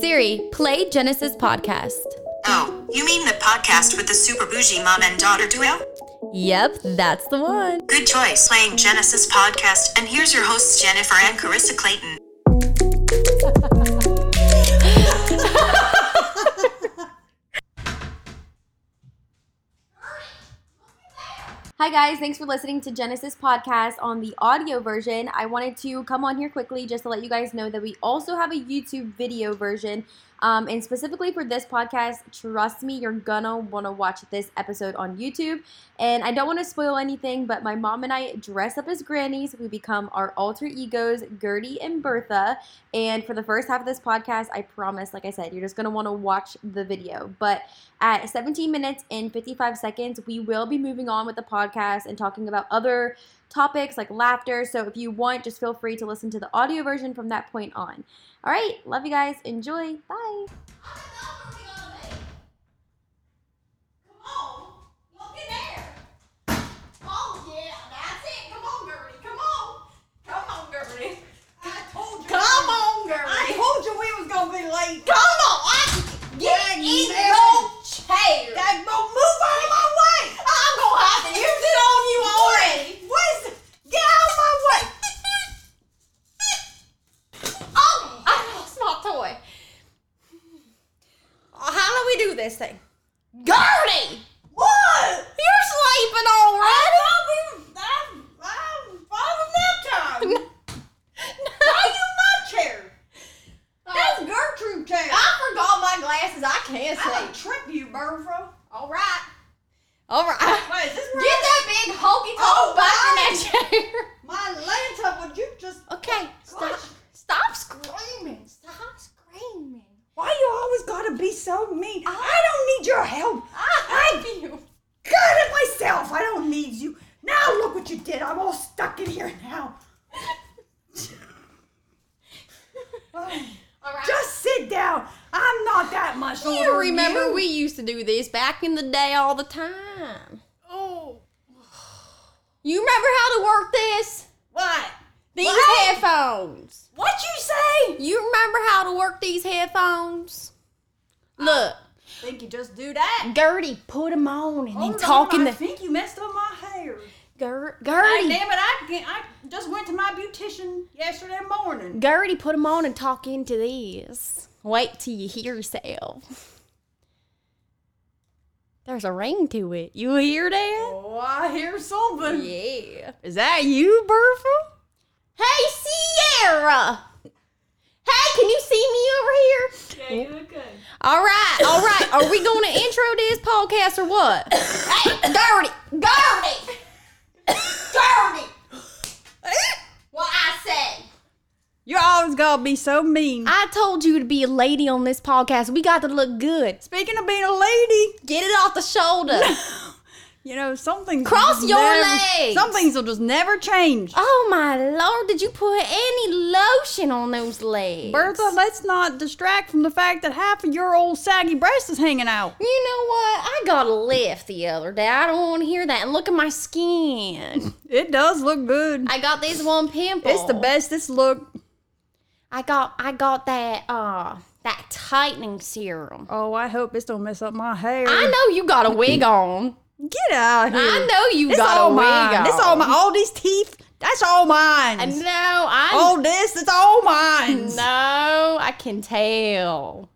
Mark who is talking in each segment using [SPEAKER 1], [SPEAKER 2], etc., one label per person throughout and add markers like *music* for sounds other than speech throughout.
[SPEAKER 1] Siri, play Genesis podcast.
[SPEAKER 2] Oh, you mean the podcast with the super bougie mom and daughter duo?
[SPEAKER 1] Yep, that's the one.
[SPEAKER 2] Good choice playing Genesis podcast, and here's your hosts Jennifer and Carissa Clayton.
[SPEAKER 1] Hi, guys. Thanks for listening to Genesis podcast on the audio version. I wanted to come on here quickly just to let you guys know that we also have a YouTube video version. Um, and specifically for this podcast, trust me, you're gonna wanna watch this episode on YouTube. And I don't wanna spoil anything, but my mom and I dress up as grannies. We become our alter egos, Gertie and Bertha. And for the first half of this podcast, I promise, like I said, you're just gonna wanna watch the video. But at 17 minutes and 55 seconds, we will be moving on with the podcast and talking about other topics like laughter. So if you want, just feel free to listen to the audio version from that point on. All right, love you guys. Enjoy. Bye.
[SPEAKER 3] I told you.
[SPEAKER 4] Come on, girl.
[SPEAKER 3] I told you we was gonna be late.
[SPEAKER 4] Come on. I get
[SPEAKER 3] Yeah,
[SPEAKER 4] in
[SPEAKER 3] man.
[SPEAKER 4] your chair.
[SPEAKER 3] Dad, well, move out of my way.
[SPEAKER 4] I'm gonna have to use it on you already.
[SPEAKER 3] What is it? Get out of my way.
[SPEAKER 4] Oh, I lost my toy. How do we do this thing? Gertie,
[SPEAKER 3] What?
[SPEAKER 4] you're sleeping already.
[SPEAKER 3] I'm, I'm falling that time.
[SPEAKER 4] No.
[SPEAKER 3] Why you my chair? That's
[SPEAKER 4] Oh,
[SPEAKER 3] Gertrude chair.
[SPEAKER 4] I forgot my glasses. I can't
[SPEAKER 3] I'm gonna
[SPEAKER 4] see.
[SPEAKER 3] trip you, Bertha.
[SPEAKER 4] All right. All right. *laughs*
[SPEAKER 3] Wait, is this
[SPEAKER 4] Get
[SPEAKER 3] where I-
[SPEAKER 4] that big honky tonk
[SPEAKER 3] Oh,
[SPEAKER 4] back in that chair.
[SPEAKER 3] my lanta? Would you just
[SPEAKER 4] Okay, stop.
[SPEAKER 3] Gosh.
[SPEAKER 4] Stop screaming. Stop screaming.
[SPEAKER 3] Why you always gotta be so mean?
[SPEAKER 4] I-
[SPEAKER 3] I don't need your help.
[SPEAKER 4] I love you.
[SPEAKER 3] Good at myself. I don't need you. Now look what you did. I'm all stuck in here now. Oh,
[SPEAKER 4] All right.
[SPEAKER 3] just sit down. I'm not that much older.
[SPEAKER 4] you
[SPEAKER 3] than
[SPEAKER 4] remember
[SPEAKER 3] you.
[SPEAKER 4] we used to do this back in the day all the time.
[SPEAKER 3] Oh,
[SPEAKER 4] You remember how to work this?
[SPEAKER 3] what?
[SPEAKER 4] These
[SPEAKER 3] What?
[SPEAKER 4] headphones.
[SPEAKER 3] What you say?
[SPEAKER 4] You remember how to work these headphones? Look,
[SPEAKER 3] Think you just do that?
[SPEAKER 4] Gertie put them on and
[SPEAKER 3] Hold
[SPEAKER 4] then
[SPEAKER 3] on,
[SPEAKER 4] talking
[SPEAKER 3] I
[SPEAKER 4] the
[SPEAKER 3] think you messed up my hair.
[SPEAKER 4] Ger-
[SPEAKER 3] Hey,
[SPEAKER 4] Gertie.
[SPEAKER 3] damn it! I can't- I just went to my beautician yesterday morning.
[SPEAKER 4] Gertie put them on and talk into this. Wait till you hear yourself. There's a ring to it. You hear that?
[SPEAKER 3] Oh, I hear something.
[SPEAKER 4] Yeah. Is that you, Bertha? Hey, Sierra! Hey, can you see me over here? Yeah, you look good. All right, all right. Are we going to intro this podcast or what? hey, Gertie! Gertie! Gertie! what I say?
[SPEAKER 3] You're always gonna be so mean.
[SPEAKER 4] I told you to be a lady on this podcast. We got to look good.
[SPEAKER 3] Speaking of being a lady,
[SPEAKER 4] Get it off
[SPEAKER 3] *laughs*
[SPEAKER 4] the shoulder.
[SPEAKER 3] You know, something
[SPEAKER 4] Cross your legs.
[SPEAKER 3] Some things will just never change.
[SPEAKER 4] oh my lord, did you put any lotion on those legs?
[SPEAKER 3] Bertha, let's not distract from the fact that half of your old saggy breast is hanging out.
[SPEAKER 4] You know what? I got a lift the other day. I don't want to hear that. And look at
[SPEAKER 3] *laughs*
[SPEAKER 4] my skin.
[SPEAKER 3] It does look good.
[SPEAKER 4] I got this one pimple.
[SPEAKER 3] It's the best it's looked.
[SPEAKER 4] I got I got that uh that tightening serum.
[SPEAKER 3] Oh, I hope this don't mess up my hair.
[SPEAKER 4] I know you got
[SPEAKER 3] *laughs*
[SPEAKER 4] a wig on.
[SPEAKER 3] Get out of here.
[SPEAKER 4] I know you
[SPEAKER 3] Mm. It's
[SPEAKER 4] got
[SPEAKER 3] all
[SPEAKER 4] a wig
[SPEAKER 3] mine.
[SPEAKER 4] on.
[SPEAKER 3] It's all my all these teeth. That's all mine.
[SPEAKER 4] I know. I
[SPEAKER 3] all this, it's all mine.
[SPEAKER 4] No, I can tell.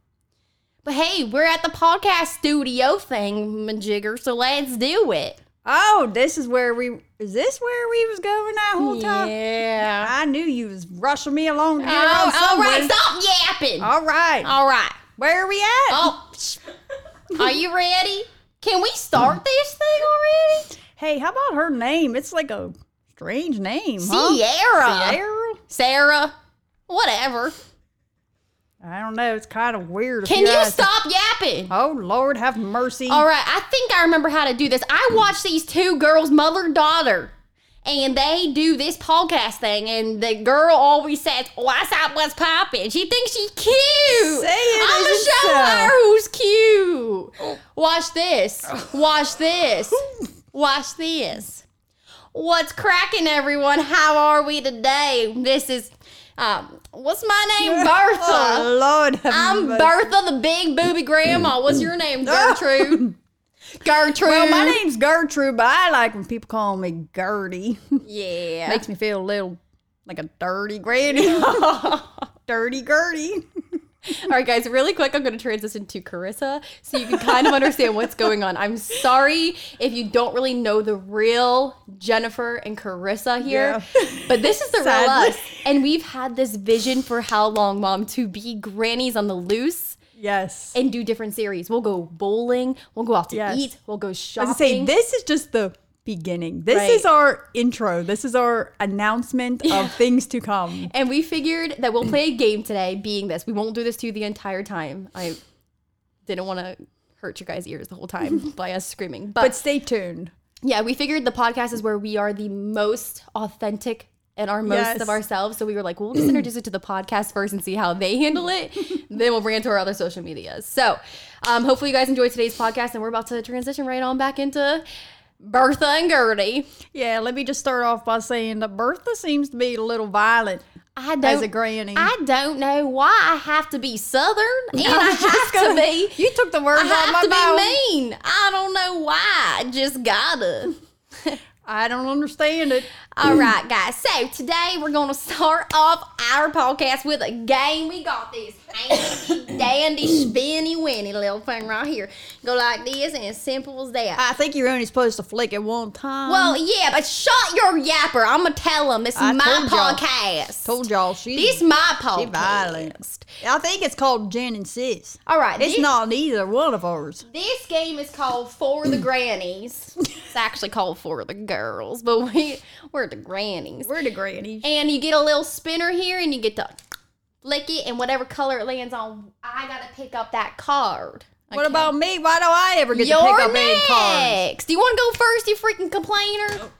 [SPEAKER 4] But hey, we're at the podcast studio thing, Majigger, so let's do it.
[SPEAKER 3] Oh, this is where we is this where we was going that whole time?
[SPEAKER 4] Yeah.
[SPEAKER 3] I knew you was rushing me along to get
[SPEAKER 4] Oh,
[SPEAKER 3] around
[SPEAKER 4] all right,
[SPEAKER 3] somewhere.
[SPEAKER 4] stop yapping.
[SPEAKER 3] All right.
[SPEAKER 4] all right.
[SPEAKER 3] Where are we at?
[SPEAKER 4] Oh, psh. are you ready? Can we start this thing already?
[SPEAKER 3] Hey, how about her name? It's like a strange name, huh?
[SPEAKER 4] Sierra.
[SPEAKER 3] Sierra?
[SPEAKER 4] Sarah. Whatever.
[SPEAKER 3] I don't know. It's kind of weird. if
[SPEAKER 4] Can you
[SPEAKER 3] ask-
[SPEAKER 4] stop yapping?
[SPEAKER 3] Oh Lord, have mercy.
[SPEAKER 4] All right, I think I remember how to do this. I watched these two girls, mother and daughter, and they do this podcast thing, and the girl always says, What's up, what's poppin'? She thinks she's cute.
[SPEAKER 3] Say it Oh.
[SPEAKER 4] I'm
[SPEAKER 3] as
[SPEAKER 4] show
[SPEAKER 3] yourself.
[SPEAKER 4] her who's cute. Watch this. Watch this. Watch this. What's cracking, everyone? How are we today? This is Um, what's my
[SPEAKER 3] *laughs*
[SPEAKER 4] name?
[SPEAKER 3] Oh,
[SPEAKER 4] Bertha.
[SPEAKER 3] Lord, have
[SPEAKER 4] I'm
[SPEAKER 3] mercy.
[SPEAKER 4] Bertha, the big booby grandma. What's your
[SPEAKER 3] *laughs*
[SPEAKER 4] name? Gertrude. Gertrude.
[SPEAKER 3] Well, my name's Gertrude, but I like when people call me Gertie. *laughs*
[SPEAKER 4] Yeah.
[SPEAKER 3] Makes me feel a little like a dirty granny.
[SPEAKER 4] *laughs*
[SPEAKER 3] dirty Gertie.
[SPEAKER 4] All right, guys, really quick, I'm going to transition to Carissa so you can kind of understand what's going on. I'm sorry if you don't really know the real Jennifer and Carissa here, but this is the real
[SPEAKER 3] Sadly.
[SPEAKER 4] us. And we've had this vision for how long, Mom, to be grannies on the loose
[SPEAKER 3] Yes.
[SPEAKER 4] and do different series. We'll go bowling, we'll go out to
[SPEAKER 3] Yes.
[SPEAKER 4] eat, we'll go
[SPEAKER 3] I
[SPEAKER 4] shopping.
[SPEAKER 3] was gonna say this is just the beginning. This
[SPEAKER 4] Right.
[SPEAKER 3] is our intro. This is our announcement
[SPEAKER 4] *laughs*
[SPEAKER 3] of things to come.
[SPEAKER 4] and we figured that
[SPEAKER 3] Mm.
[SPEAKER 4] we'll play a game today, being this. We won't do this to you the entire time. I didn't want to hurt your guys' ears the
[SPEAKER 3] *laughs*
[SPEAKER 4] whole time by us screaming,
[SPEAKER 3] But stay tuned.
[SPEAKER 4] yeah, we figured the podcast is where we are the most authentic and our most
[SPEAKER 3] Yes.
[SPEAKER 4] of ourselves. So we were like, well, we'll just introduce it to the podcast first and see how they
[SPEAKER 3] *laughs*
[SPEAKER 4] handle it. then we'll bring it to our other social medias. So um, hopefully you guys enjoyed today's podcast and we're about to transition right on back into Bertha and Gertie.
[SPEAKER 3] Yeah, let me just start off by saying that Bertha seems to be a little violent
[SPEAKER 4] I don't,
[SPEAKER 3] as a granny.
[SPEAKER 4] I don't know why I have to
[SPEAKER 3] *laughs*
[SPEAKER 4] be Southern and I have to be.
[SPEAKER 3] you took the words
[SPEAKER 4] I
[SPEAKER 3] out of
[SPEAKER 4] have
[SPEAKER 3] my
[SPEAKER 4] to
[SPEAKER 3] mouth.
[SPEAKER 4] be mean. I don't know why. I just gotta.
[SPEAKER 3] I don't understand it.
[SPEAKER 4] All right, guys. So today we're gonna start off our podcast with a game. We got this
[SPEAKER 3] *coughs*
[SPEAKER 4] handy dandy spinny winny little thing right here. Go like this, and as simple as that.
[SPEAKER 3] I think you're only supposed to flick it one time.
[SPEAKER 4] well, yeah, but shut your yapper. I'm gonna tell them it's
[SPEAKER 3] I
[SPEAKER 4] my
[SPEAKER 3] told y'all.
[SPEAKER 4] podcast.
[SPEAKER 3] told y'all she.
[SPEAKER 4] This my
[SPEAKER 3] she
[SPEAKER 4] podcast.
[SPEAKER 3] violent. I think it's called Jen and Sis.
[SPEAKER 4] All right,
[SPEAKER 3] It's
[SPEAKER 4] thi-
[SPEAKER 3] not neither one of ours.
[SPEAKER 4] This game is called For the Grannies. it's actually called For the Girls, but we we're the grannies.
[SPEAKER 3] We're the grannies.
[SPEAKER 4] And you get a little spinner here and you get to flick it and whatever color it lands on, I gotta pick up that card.
[SPEAKER 3] What about me? Why do I ever get
[SPEAKER 4] You're
[SPEAKER 3] to pick up any
[SPEAKER 4] next.
[SPEAKER 3] cards? Oh.
[SPEAKER 4] Do you wanna go first, you freaking complainer?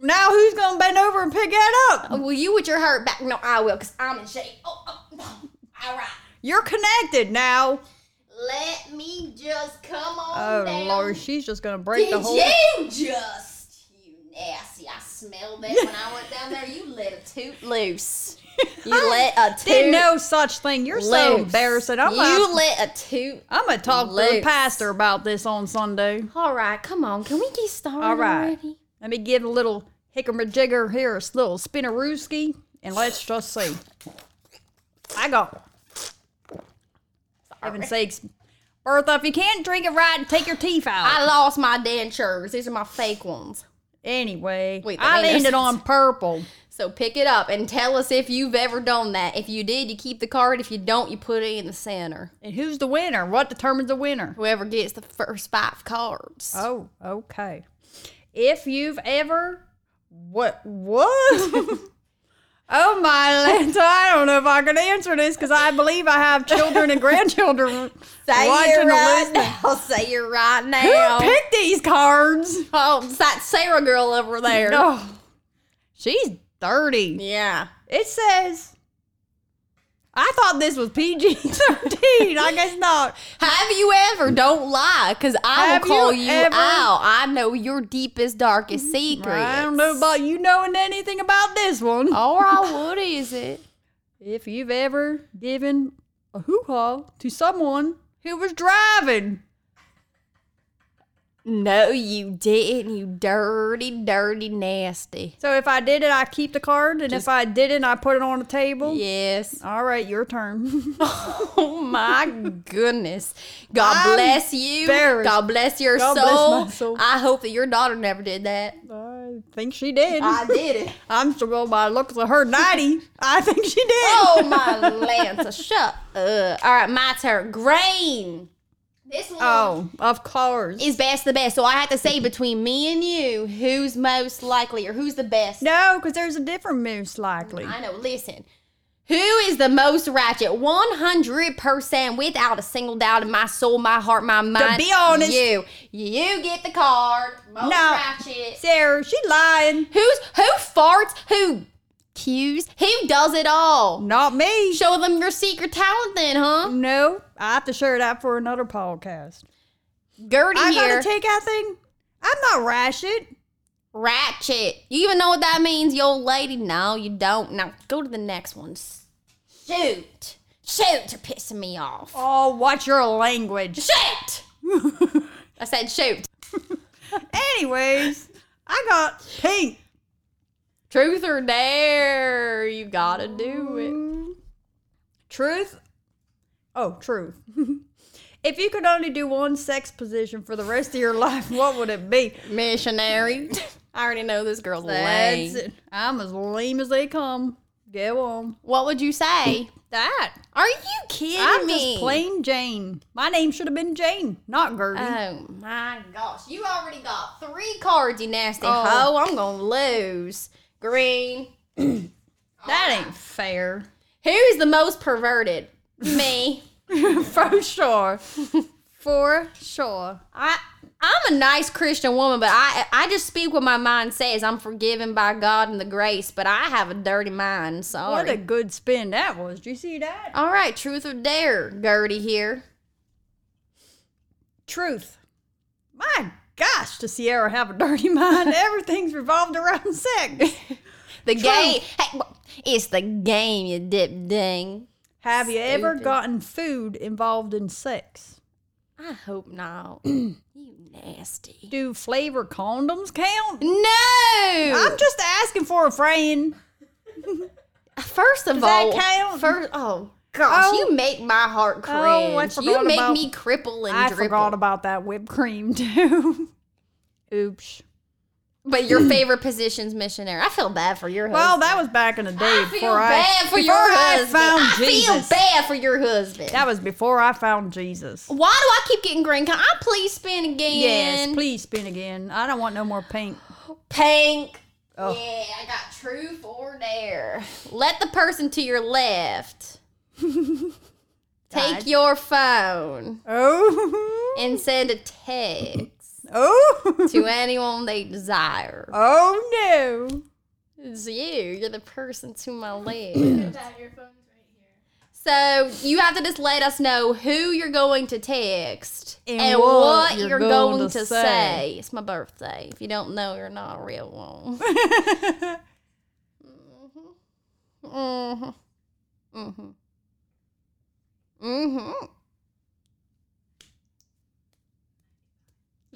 [SPEAKER 3] Now who's gonna bend over and pick that up?
[SPEAKER 4] Oh, Well, you with your hurt back. No, I will, because I'm in shape. Oh, oh, all right.
[SPEAKER 3] You're connected now.
[SPEAKER 4] Let me just come on
[SPEAKER 3] Oh
[SPEAKER 4] down.
[SPEAKER 3] Lord, she's just gonna break
[SPEAKER 4] Did
[SPEAKER 3] the whole.
[SPEAKER 4] you just, you nasty, I smelled that when I went down there. You let a toot loose. You let a toot
[SPEAKER 3] Did no such thing. You're so
[SPEAKER 4] loose.
[SPEAKER 3] embarrassing. I'm
[SPEAKER 4] you
[SPEAKER 3] gonna,
[SPEAKER 4] let a toot
[SPEAKER 3] I'm gonna talk to the
[SPEAKER 4] loose.
[SPEAKER 3] pastor about this on Sunday.
[SPEAKER 4] All right, come on. Can we get started
[SPEAKER 3] All right.
[SPEAKER 4] already?
[SPEAKER 3] Let me give a little hickamajigger here, a little spinnerooski, and let's just see. I go. Heaven's sakes. Bertha, if you can't drink it right, take your teeth out.
[SPEAKER 4] I lost my dentures. These are my fake ones.
[SPEAKER 3] anyway,
[SPEAKER 4] Wait, that
[SPEAKER 3] I
[SPEAKER 4] made no
[SPEAKER 3] landed
[SPEAKER 4] sense.
[SPEAKER 3] on purple.
[SPEAKER 4] So pick it up and tell us if you've ever done that. If you did, you keep the card. If you don't, you put it in the center.
[SPEAKER 3] And who's the winner? What determines the winner?
[SPEAKER 4] Whoever gets the first five cards.
[SPEAKER 3] Oh, okay. If you've ever what what? *laughs* oh my Lanta, I don't know if I can answer this because I believe I have children and grandchildren
[SPEAKER 4] *laughs* Say
[SPEAKER 3] watching
[SPEAKER 4] you're
[SPEAKER 3] and
[SPEAKER 4] right
[SPEAKER 3] listening.
[SPEAKER 4] now. *laughs* Say you're right
[SPEAKER 3] Who
[SPEAKER 4] now.
[SPEAKER 3] picked these cards?
[SPEAKER 4] oh, it's that Sarah girl over there.
[SPEAKER 3] Oh, she's dirty.
[SPEAKER 4] Yeah.
[SPEAKER 3] It says. I thought this was PG thirteen. I guess not.
[SPEAKER 4] Have you ever? Don't lie, because I
[SPEAKER 3] Have
[SPEAKER 4] will call
[SPEAKER 3] you
[SPEAKER 4] you,
[SPEAKER 3] ever- Mm-hmm.
[SPEAKER 4] out. I know your deepest, darkest secrets.
[SPEAKER 3] I don't know about you knowing anything about this one.
[SPEAKER 4] All right, what is it?
[SPEAKER 3] If you've ever given a hoo ha to someone who was driving,
[SPEAKER 4] No, you didn't. You dirty, dirty, nasty.
[SPEAKER 3] so if I did it, I keep the card, and if I didn't, I put it on the table. *laughs*
[SPEAKER 4] Yes.
[SPEAKER 3] All right, your turn. *laughs*
[SPEAKER 4] Oh my goodness. God
[SPEAKER 3] I'm
[SPEAKER 4] bless you.
[SPEAKER 3] embarrassed.
[SPEAKER 4] God bless your
[SPEAKER 3] God bless
[SPEAKER 4] soul.
[SPEAKER 3] my soul.
[SPEAKER 4] I hope that your daughter never did that.
[SPEAKER 3] I think she did.
[SPEAKER 4] did it.
[SPEAKER 3] I'm sure well, by the looks of her ninety, I think she did.
[SPEAKER 4] *laughs* Oh my Lanta, shut up. All right, my turn. Grain. This one
[SPEAKER 3] *laughs* Oh, of course.
[SPEAKER 4] is best the best. So I have to say between me and you, who's most likely or who's the best?
[SPEAKER 3] no, because there's a different moose likely.
[SPEAKER 4] I know. Listen, who is the most ratchet? One hundred percent, without a single doubt in my soul, my heart, my mind.
[SPEAKER 3] be honest-
[SPEAKER 4] you you get the card. Most
[SPEAKER 3] No.
[SPEAKER 4] ratchet.
[SPEAKER 3] Sarah, she lying.
[SPEAKER 4] Who's who farts? Who cues? Who does it all?
[SPEAKER 3] Not me.
[SPEAKER 4] Show them your secret talent, then, huh?
[SPEAKER 3] no, I have to share that for another podcast.
[SPEAKER 4] Gertie
[SPEAKER 3] I
[SPEAKER 4] here.
[SPEAKER 3] gotta take that thing. I'm not ratchet.
[SPEAKER 4] Ratchet. You even know what that means, you old lady? No, you don't. Now go to the next one. Shoot. Shoot, you're pissing me off.
[SPEAKER 3] Oh, watch your language.
[SPEAKER 4] Shoot! I said shoot.
[SPEAKER 3] Anyways, I got pink.
[SPEAKER 4] Truth or dare, you gotta do it.
[SPEAKER 3] Truth. Oh, truth. *laughs* if you could only do one sex position for the rest of your life, what would it be?
[SPEAKER 4] Missionary. I already know this girl's
[SPEAKER 3] That's
[SPEAKER 4] lame.
[SPEAKER 3] it. I'm as lame as they come. Go on.
[SPEAKER 4] What would you say?
[SPEAKER 3] That.
[SPEAKER 4] Are you kidding
[SPEAKER 3] I'm
[SPEAKER 4] me?
[SPEAKER 3] just plain Jane. My name should have been Jane, not Gertie.
[SPEAKER 4] Oh my gosh. You already got three cards, you nasty
[SPEAKER 3] Oh.
[SPEAKER 4] hoe. I'm gonna lose. Green.
[SPEAKER 3] that ain't fair.
[SPEAKER 4] Who is the most perverted? Me.
[SPEAKER 3] *laughs* For sure. For sure.
[SPEAKER 4] I I'm a nice Christian woman, but I I just speak what my mind says. I'm forgiven by God and the grace, but I have a dirty mind. Sorry.
[SPEAKER 3] What a good spin that was. Did you see that?
[SPEAKER 4] All right, truth or dare, Gertie here.
[SPEAKER 3] Truth. My gosh, does Sierra have a dirty *laughs* mind? Everything's revolved around sex.
[SPEAKER 4] The game. Hey, wh- it's the game, you dip ding.
[SPEAKER 3] Have you ever
[SPEAKER 4] Stupid.
[SPEAKER 3] gotten food involved in sex?
[SPEAKER 4] I hope not. *clears throat* you nasty.
[SPEAKER 3] Do flavor condoms count?
[SPEAKER 4] No.
[SPEAKER 3] I'm just asking for a friend.
[SPEAKER 4] First of
[SPEAKER 3] Does that
[SPEAKER 4] all,
[SPEAKER 3] count?
[SPEAKER 4] First, oh gosh,
[SPEAKER 3] Oh.
[SPEAKER 4] you make my heart cringe.
[SPEAKER 3] Oh, I
[SPEAKER 4] you
[SPEAKER 3] forgot
[SPEAKER 4] make
[SPEAKER 3] about-
[SPEAKER 4] me cripple and
[SPEAKER 3] I
[SPEAKER 4] dribble.
[SPEAKER 3] forgot about that whipped cream *laughs* too. Oops.
[SPEAKER 4] but *clears throat* your favorite position's missionary. I feel bad for your
[SPEAKER 3] Well,
[SPEAKER 4] husband.
[SPEAKER 3] that was back in the day
[SPEAKER 4] I feel
[SPEAKER 3] before
[SPEAKER 4] bad
[SPEAKER 3] I
[SPEAKER 4] for your
[SPEAKER 3] before I
[SPEAKER 4] husband.
[SPEAKER 3] found
[SPEAKER 4] I
[SPEAKER 3] Jesus.
[SPEAKER 4] feel bad for your husband.
[SPEAKER 3] That was before I found Jesus.
[SPEAKER 4] Why do I keep getting green? Can I please spin again?
[SPEAKER 3] Yes, please spin again. I don't want no more pink.
[SPEAKER 4] Pink.
[SPEAKER 3] Oh.
[SPEAKER 4] Yeah, I got truth or dare. Let the person to your *laughs* left take
[SPEAKER 3] God.
[SPEAKER 4] your phone
[SPEAKER 3] Oh, *laughs*
[SPEAKER 4] and send a text
[SPEAKER 3] oh, *laughs*
[SPEAKER 4] to anyone they desire.
[SPEAKER 3] oh no!
[SPEAKER 4] It's you. You're the person to my left. So you have to just let us know who you're going to text
[SPEAKER 3] And
[SPEAKER 4] and,
[SPEAKER 3] what
[SPEAKER 4] what,
[SPEAKER 3] you're
[SPEAKER 4] you're,
[SPEAKER 3] going
[SPEAKER 4] going,
[SPEAKER 3] to
[SPEAKER 4] to
[SPEAKER 3] say.
[SPEAKER 4] say. It's my birthday. If you don't know, you're not a real *laughs* one. mhm. Mhm. Mhm.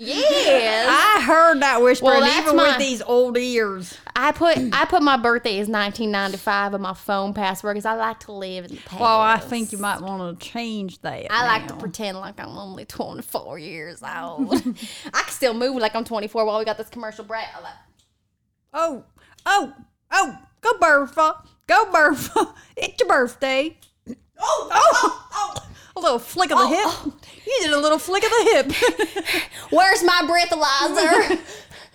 [SPEAKER 4] Yes.
[SPEAKER 3] I heard that whisper,
[SPEAKER 4] Oh. Well,
[SPEAKER 3] and
[SPEAKER 4] that's
[SPEAKER 3] even with
[SPEAKER 4] mine.
[SPEAKER 3] these old ears.
[SPEAKER 4] I put *clears throat* I put my birthday is 1995 on my phone password because I like to live in the past.
[SPEAKER 3] Well, I think you might want to change that.
[SPEAKER 4] I like to
[SPEAKER 3] now.
[SPEAKER 4] pretend like I'm only 24 years old. *laughs* I can still move like I'm 24 while we got this commercial break. I like-
[SPEAKER 3] Oh, oh, oh! Go Bertha, go Bertha! *laughs* It's your birthday. Oh, oh, oh! A little flick of
[SPEAKER 4] oh,
[SPEAKER 3] the hip. *laughs* You did a little flick of the hip.
[SPEAKER 4] *laughs* Where's my
[SPEAKER 3] *laughs*
[SPEAKER 4] breathalyzer?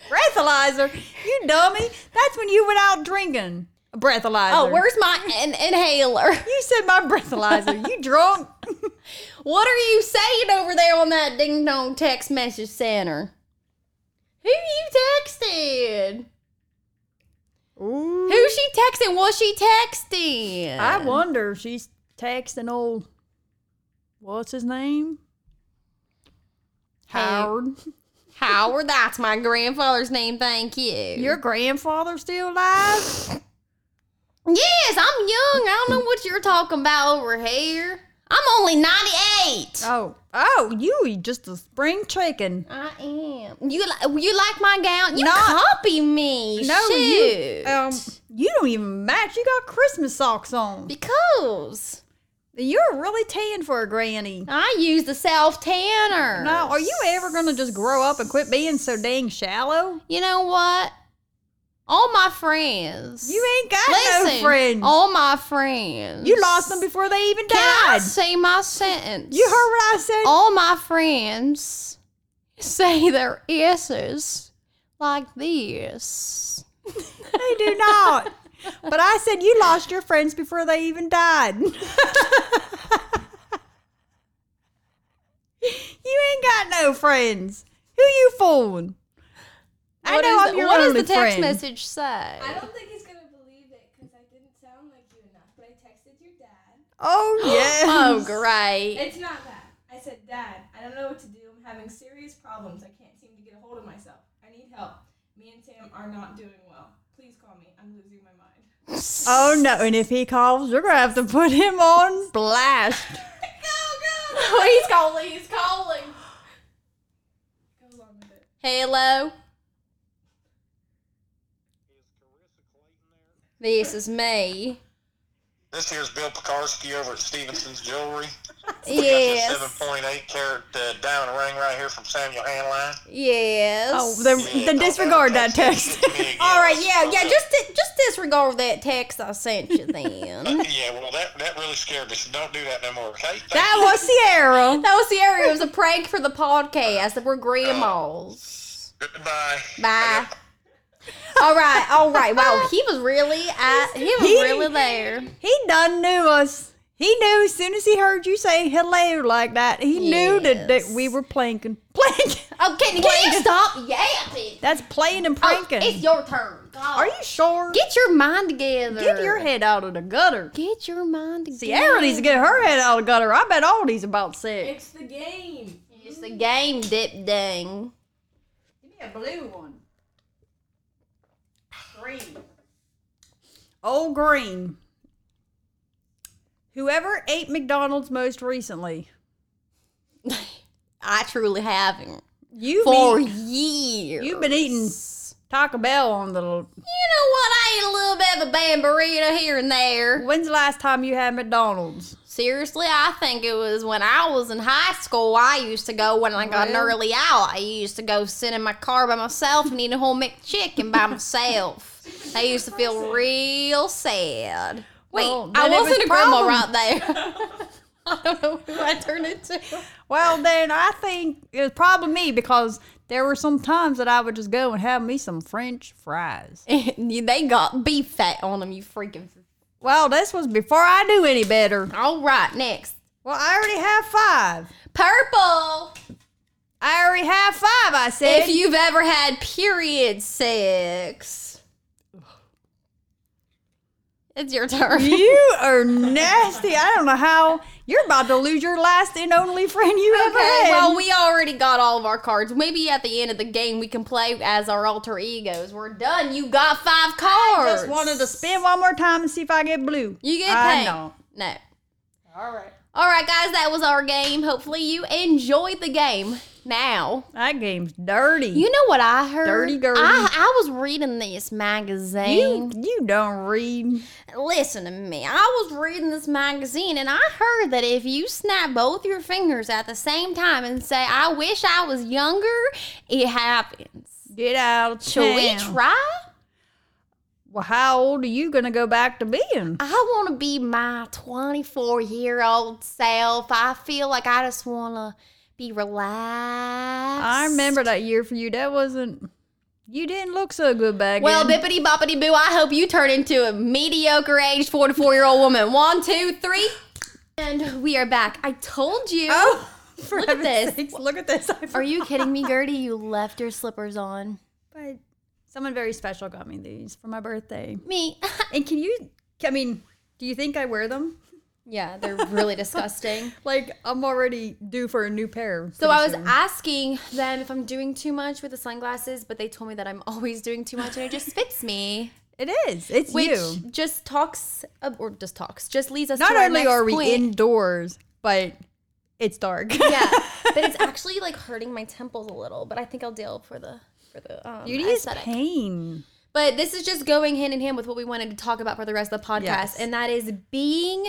[SPEAKER 3] breathalyzer. You dummy. That's when you went out drinking. A breathalyzer.
[SPEAKER 4] oh, where's my in- inhaler? *laughs*
[SPEAKER 3] You said my breathalyzer. *laughs* You drunk?
[SPEAKER 4] What are you saying over there on that ding dong text message center? Who you texting?
[SPEAKER 3] Ooh.
[SPEAKER 4] Who's she texting? What's she texting?
[SPEAKER 3] I wonder if she's texting old. What's his name? Howard.
[SPEAKER 4] Howard, that's my grandfather's name. Thank you.
[SPEAKER 3] Your grandfather still alive?
[SPEAKER 4] yes, I'm young. I don't know what you're talking about over here. I'm only 98.
[SPEAKER 3] Oh, oh, you eat just a spring chicken.
[SPEAKER 4] I am. You li- you like my gown? You
[SPEAKER 3] Not-
[SPEAKER 4] copy me.
[SPEAKER 3] No,
[SPEAKER 4] Shoot.
[SPEAKER 3] you um, you don't even match. You got Christmas socks on.
[SPEAKER 4] because
[SPEAKER 3] You're really tan for a granny.
[SPEAKER 4] I use the self tanner.
[SPEAKER 3] No, are you ever gonna just grow up and quit being so dang shallow?
[SPEAKER 4] You know what? All my friends.
[SPEAKER 3] You ain't got
[SPEAKER 4] Listen,
[SPEAKER 3] no friends.
[SPEAKER 4] All my friends.
[SPEAKER 3] you lost them before they even
[SPEAKER 4] Can I
[SPEAKER 3] died.
[SPEAKER 4] say my sentence?
[SPEAKER 3] You heard what I said?
[SPEAKER 4] All my friends say their S's like this.
[SPEAKER 3] They do not. but I said you lost your friends before they even died. *laughs* you ain't got no friends. Who you fooling? I
[SPEAKER 4] What
[SPEAKER 3] know
[SPEAKER 4] is
[SPEAKER 3] I'm
[SPEAKER 4] the-
[SPEAKER 3] your
[SPEAKER 4] What does
[SPEAKER 3] only
[SPEAKER 4] the text
[SPEAKER 3] friend.
[SPEAKER 4] message say?
[SPEAKER 5] I don't think he's gonna believe it because I didn't sound like you enough. But I texted your dad.
[SPEAKER 3] Oh yes.
[SPEAKER 4] *laughs* *gasps* Oh, great.
[SPEAKER 5] It's not that. I said, Dad, I don't know what to do. I'm having serious problems. I can't seem to get a hold of myself. I need help. Me and Sam are not doing well. Please call me. I'm losing my mind.
[SPEAKER 3] Oh no! And if he calls, you're gonna have to put him on
[SPEAKER 4] *laughs*
[SPEAKER 3] blast.
[SPEAKER 4] He's calling. He's calling.
[SPEAKER 5] Go along with it.
[SPEAKER 4] Hello. This is me.
[SPEAKER 6] This here's Bill Pekarski over at Stevenson's Jewelry. Seven
[SPEAKER 4] Yes.
[SPEAKER 6] point eight carat uh, diamond ring right here from Samuel Hanline.
[SPEAKER 4] Yes.
[SPEAKER 3] Oh, then, then disregard that text.
[SPEAKER 4] *laughs* All right. Yeah. Yeah. Just di- just disregard that text I sent you. Then *laughs*
[SPEAKER 6] yeah. Well, that that really scared me. So don't do that no more. Okay. Thank
[SPEAKER 3] That was Sierra.
[SPEAKER 4] that was the area. It was a prank for the podcast that
[SPEAKER 3] *laughs*
[SPEAKER 4] we're grandmas.
[SPEAKER 6] you. Goodbye.
[SPEAKER 4] Bye. All right. All right. Wow. He was really. I, he was
[SPEAKER 3] He-
[SPEAKER 4] really there.
[SPEAKER 3] He done knew us. He knew as soon as he heard you say hello like that. He knew that, that
[SPEAKER 4] Yes.
[SPEAKER 3] we were planking. Planking.
[SPEAKER 4] Oh, can, can you stop yapping?
[SPEAKER 3] *laughs* That's playing and
[SPEAKER 4] Oh,
[SPEAKER 3] pranking.
[SPEAKER 4] it's your turn. God.
[SPEAKER 3] Are you sure?
[SPEAKER 4] Get your mind together.
[SPEAKER 3] Get your head out of the gutter.
[SPEAKER 4] Get your mind together.
[SPEAKER 3] Sierra needs to get her head out of the gutter. I bet Aldi's about sick.
[SPEAKER 5] It's the game.
[SPEAKER 4] It's the game, dip dang.
[SPEAKER 7] Give me a blue one. Green.
[SPEAKER 3] Old Oh, Green. Whoever ate McDonald's most recently,
[SPEAKER 4] I truly haven't.
[SPEAKER 3] you've
[SPEAKER 4] For
[SPEAKER 3] been,
[SPEAKER 4] years.
[SPEAKER 3] you've been eating Taco Bell on the. l-
[SPEAKER 4] You know what? I ate a little bit of a bam burrito here and there.
[SPEAKER 3] When's the last time you had McDonald's?
[SPEAKER 4] Seriously, I think it was when I was in high school. I used to go when I got an early out. I used to go sit in my car by myself and eat a whole McChicken by myself. I used to feel real sad. Wait,
[SPEAKER 3] Well,
[SPEAKER 4] I
[SPEAKER 3] then it was
[SPEAKER 4] wasn't a grandma
[SPEAKER 3] problem.
[SPEAKER 4] right there. *laughs* I don't know who I turned into.
[SPEAKER 3] Well, then I think it was probably me because there were some times that I would just go and have me some French fries.
[SPEAKER 4] *laughs* they got beef fat on them, you freaking.
[SPEAKER 3] Well, this was before I knew any better.
[SPEAKER 4] All right, next.
[SPEAKER 3] Well, I already have five.
[SPEAKER 4] Purple.
[SPEAKER 3] I already have five. I said.
[SPEAKER 4] If you've ever had period sex, it's your turn.
[SPEAKER 3] You *laughs* are nasty. I don't know how you're about to lose your last and only friend you ever
[SPEAKER 4] *laughs* Okay,
[SPEAKER 3] had.
[SPEAKER 4] well, we already got all of our cards. Maybe at the end of the game, we can play as our alter egos. We're done. You got five cards.
[SPEAKER 3] just wanted to spin one more time and see if I get blue.
[SPEAKER 4] You get
[SPEAKER 3] I
[SPEAKER 4] paid.
[SPEAKER 3] know.
[SPEAKER 4] No. All right. All right, guys, that was our game. Hopefully, you enjoyed the game. Now,
[SPEAKER 3] That game's dirty.
[SPEAKER 4] you know what I heard?
[SPEAKER 3] Dirty girl.
[SPEAKER 4] I, I was reading this magazine.
[SPEAKER 3] you, you don't read.
[SPEAKER 4] Listen to me. I was reading this magazine and I heard that if you snap both your fingers at the same time and say, I wish I was younger, it happens.
[SPEAKER 3] Get out.
[SPEAKER 4] Should we
[SPEAKER 3] town.
[SPEAKER 4] try?
[SPEAKER 3] Well, how old are you gonna go back to being?
[SPEAKER 4] I want to be my 24 year old self. I feel like I just want to be relaxed.
[SPEAKER 3] I remember that year for you. That wasn't. You didn't look so good back
[SPEAKER 4] Well,
[SPEAKER 3] then.
[SPEAKER 4] bippity boppity boo, I hope you turn into a mediocre aged 44 year old woman. One, two, three. And we are back. I told you.
[SPEAKER 3] *laughs* oh, for
[SPEAKER 4] Look at
[SPEAKER 3] heaven's
[SPEAKER 4] this.
[SPEAKER 3] sakes, look at this. I
[SPEAKER 4] Are you kidding me, Gertie? You left your slippers on.
[SPEAKER 3] But someone very special got me these for my birthday.
[SPEAKER 4] Me. *laughs*
[SPEAKER 3] And can you? I mean, do you think I wear them?
[SPEAKER 4] yeah, they're really disgusting.
[SPEAKER 3] Like I'm already due for a new pair.
[SPEAKER 4] *laughs* So
[SPEAKER 3] pretty
[SPEAKER 4] I was
[SPEAKER 3] soon.
[SPEAKER 4] asking them if I'm doing too much with the sunglasses, but they told me that I'm *laughs* always doing too much and it just
[SPEAKER 3] *laughs*
[SPEAKER 4] fits me.
[SPEAKER 3] It is. It's
[SPEAKER 4] Which
[SPEAKER 3] you.
[SPEAKER 4] just talks, ab- or just talks, just leads us
[SPEAKER 3] Not
[SPEAKER 4] to our
[SPEAKER 3] only
[SPEAKER 4] next
[SPEAKER 3] are we
[SPEAKER 4] point.
[SPEAKER 3] indoors, but it's dark.
[SPEAKER 4] *laughs*
[SPEAKER 3] *laughs*
[SPEAKER 4] Yeah, but it's actually like hurting my temples a little, but I think I'll deal for the. For the, um,
[SPEAKER 3] Beauty is
[SPEAKER 4] aesthetic.
[SPEAKER 3] pain.
[SPEAKER 4] But this is just going hand in hand with what we wanted to talk about for the rest of the podcast,
[SPEAKER 3] Yes.
[SPEAKER 4] and that is being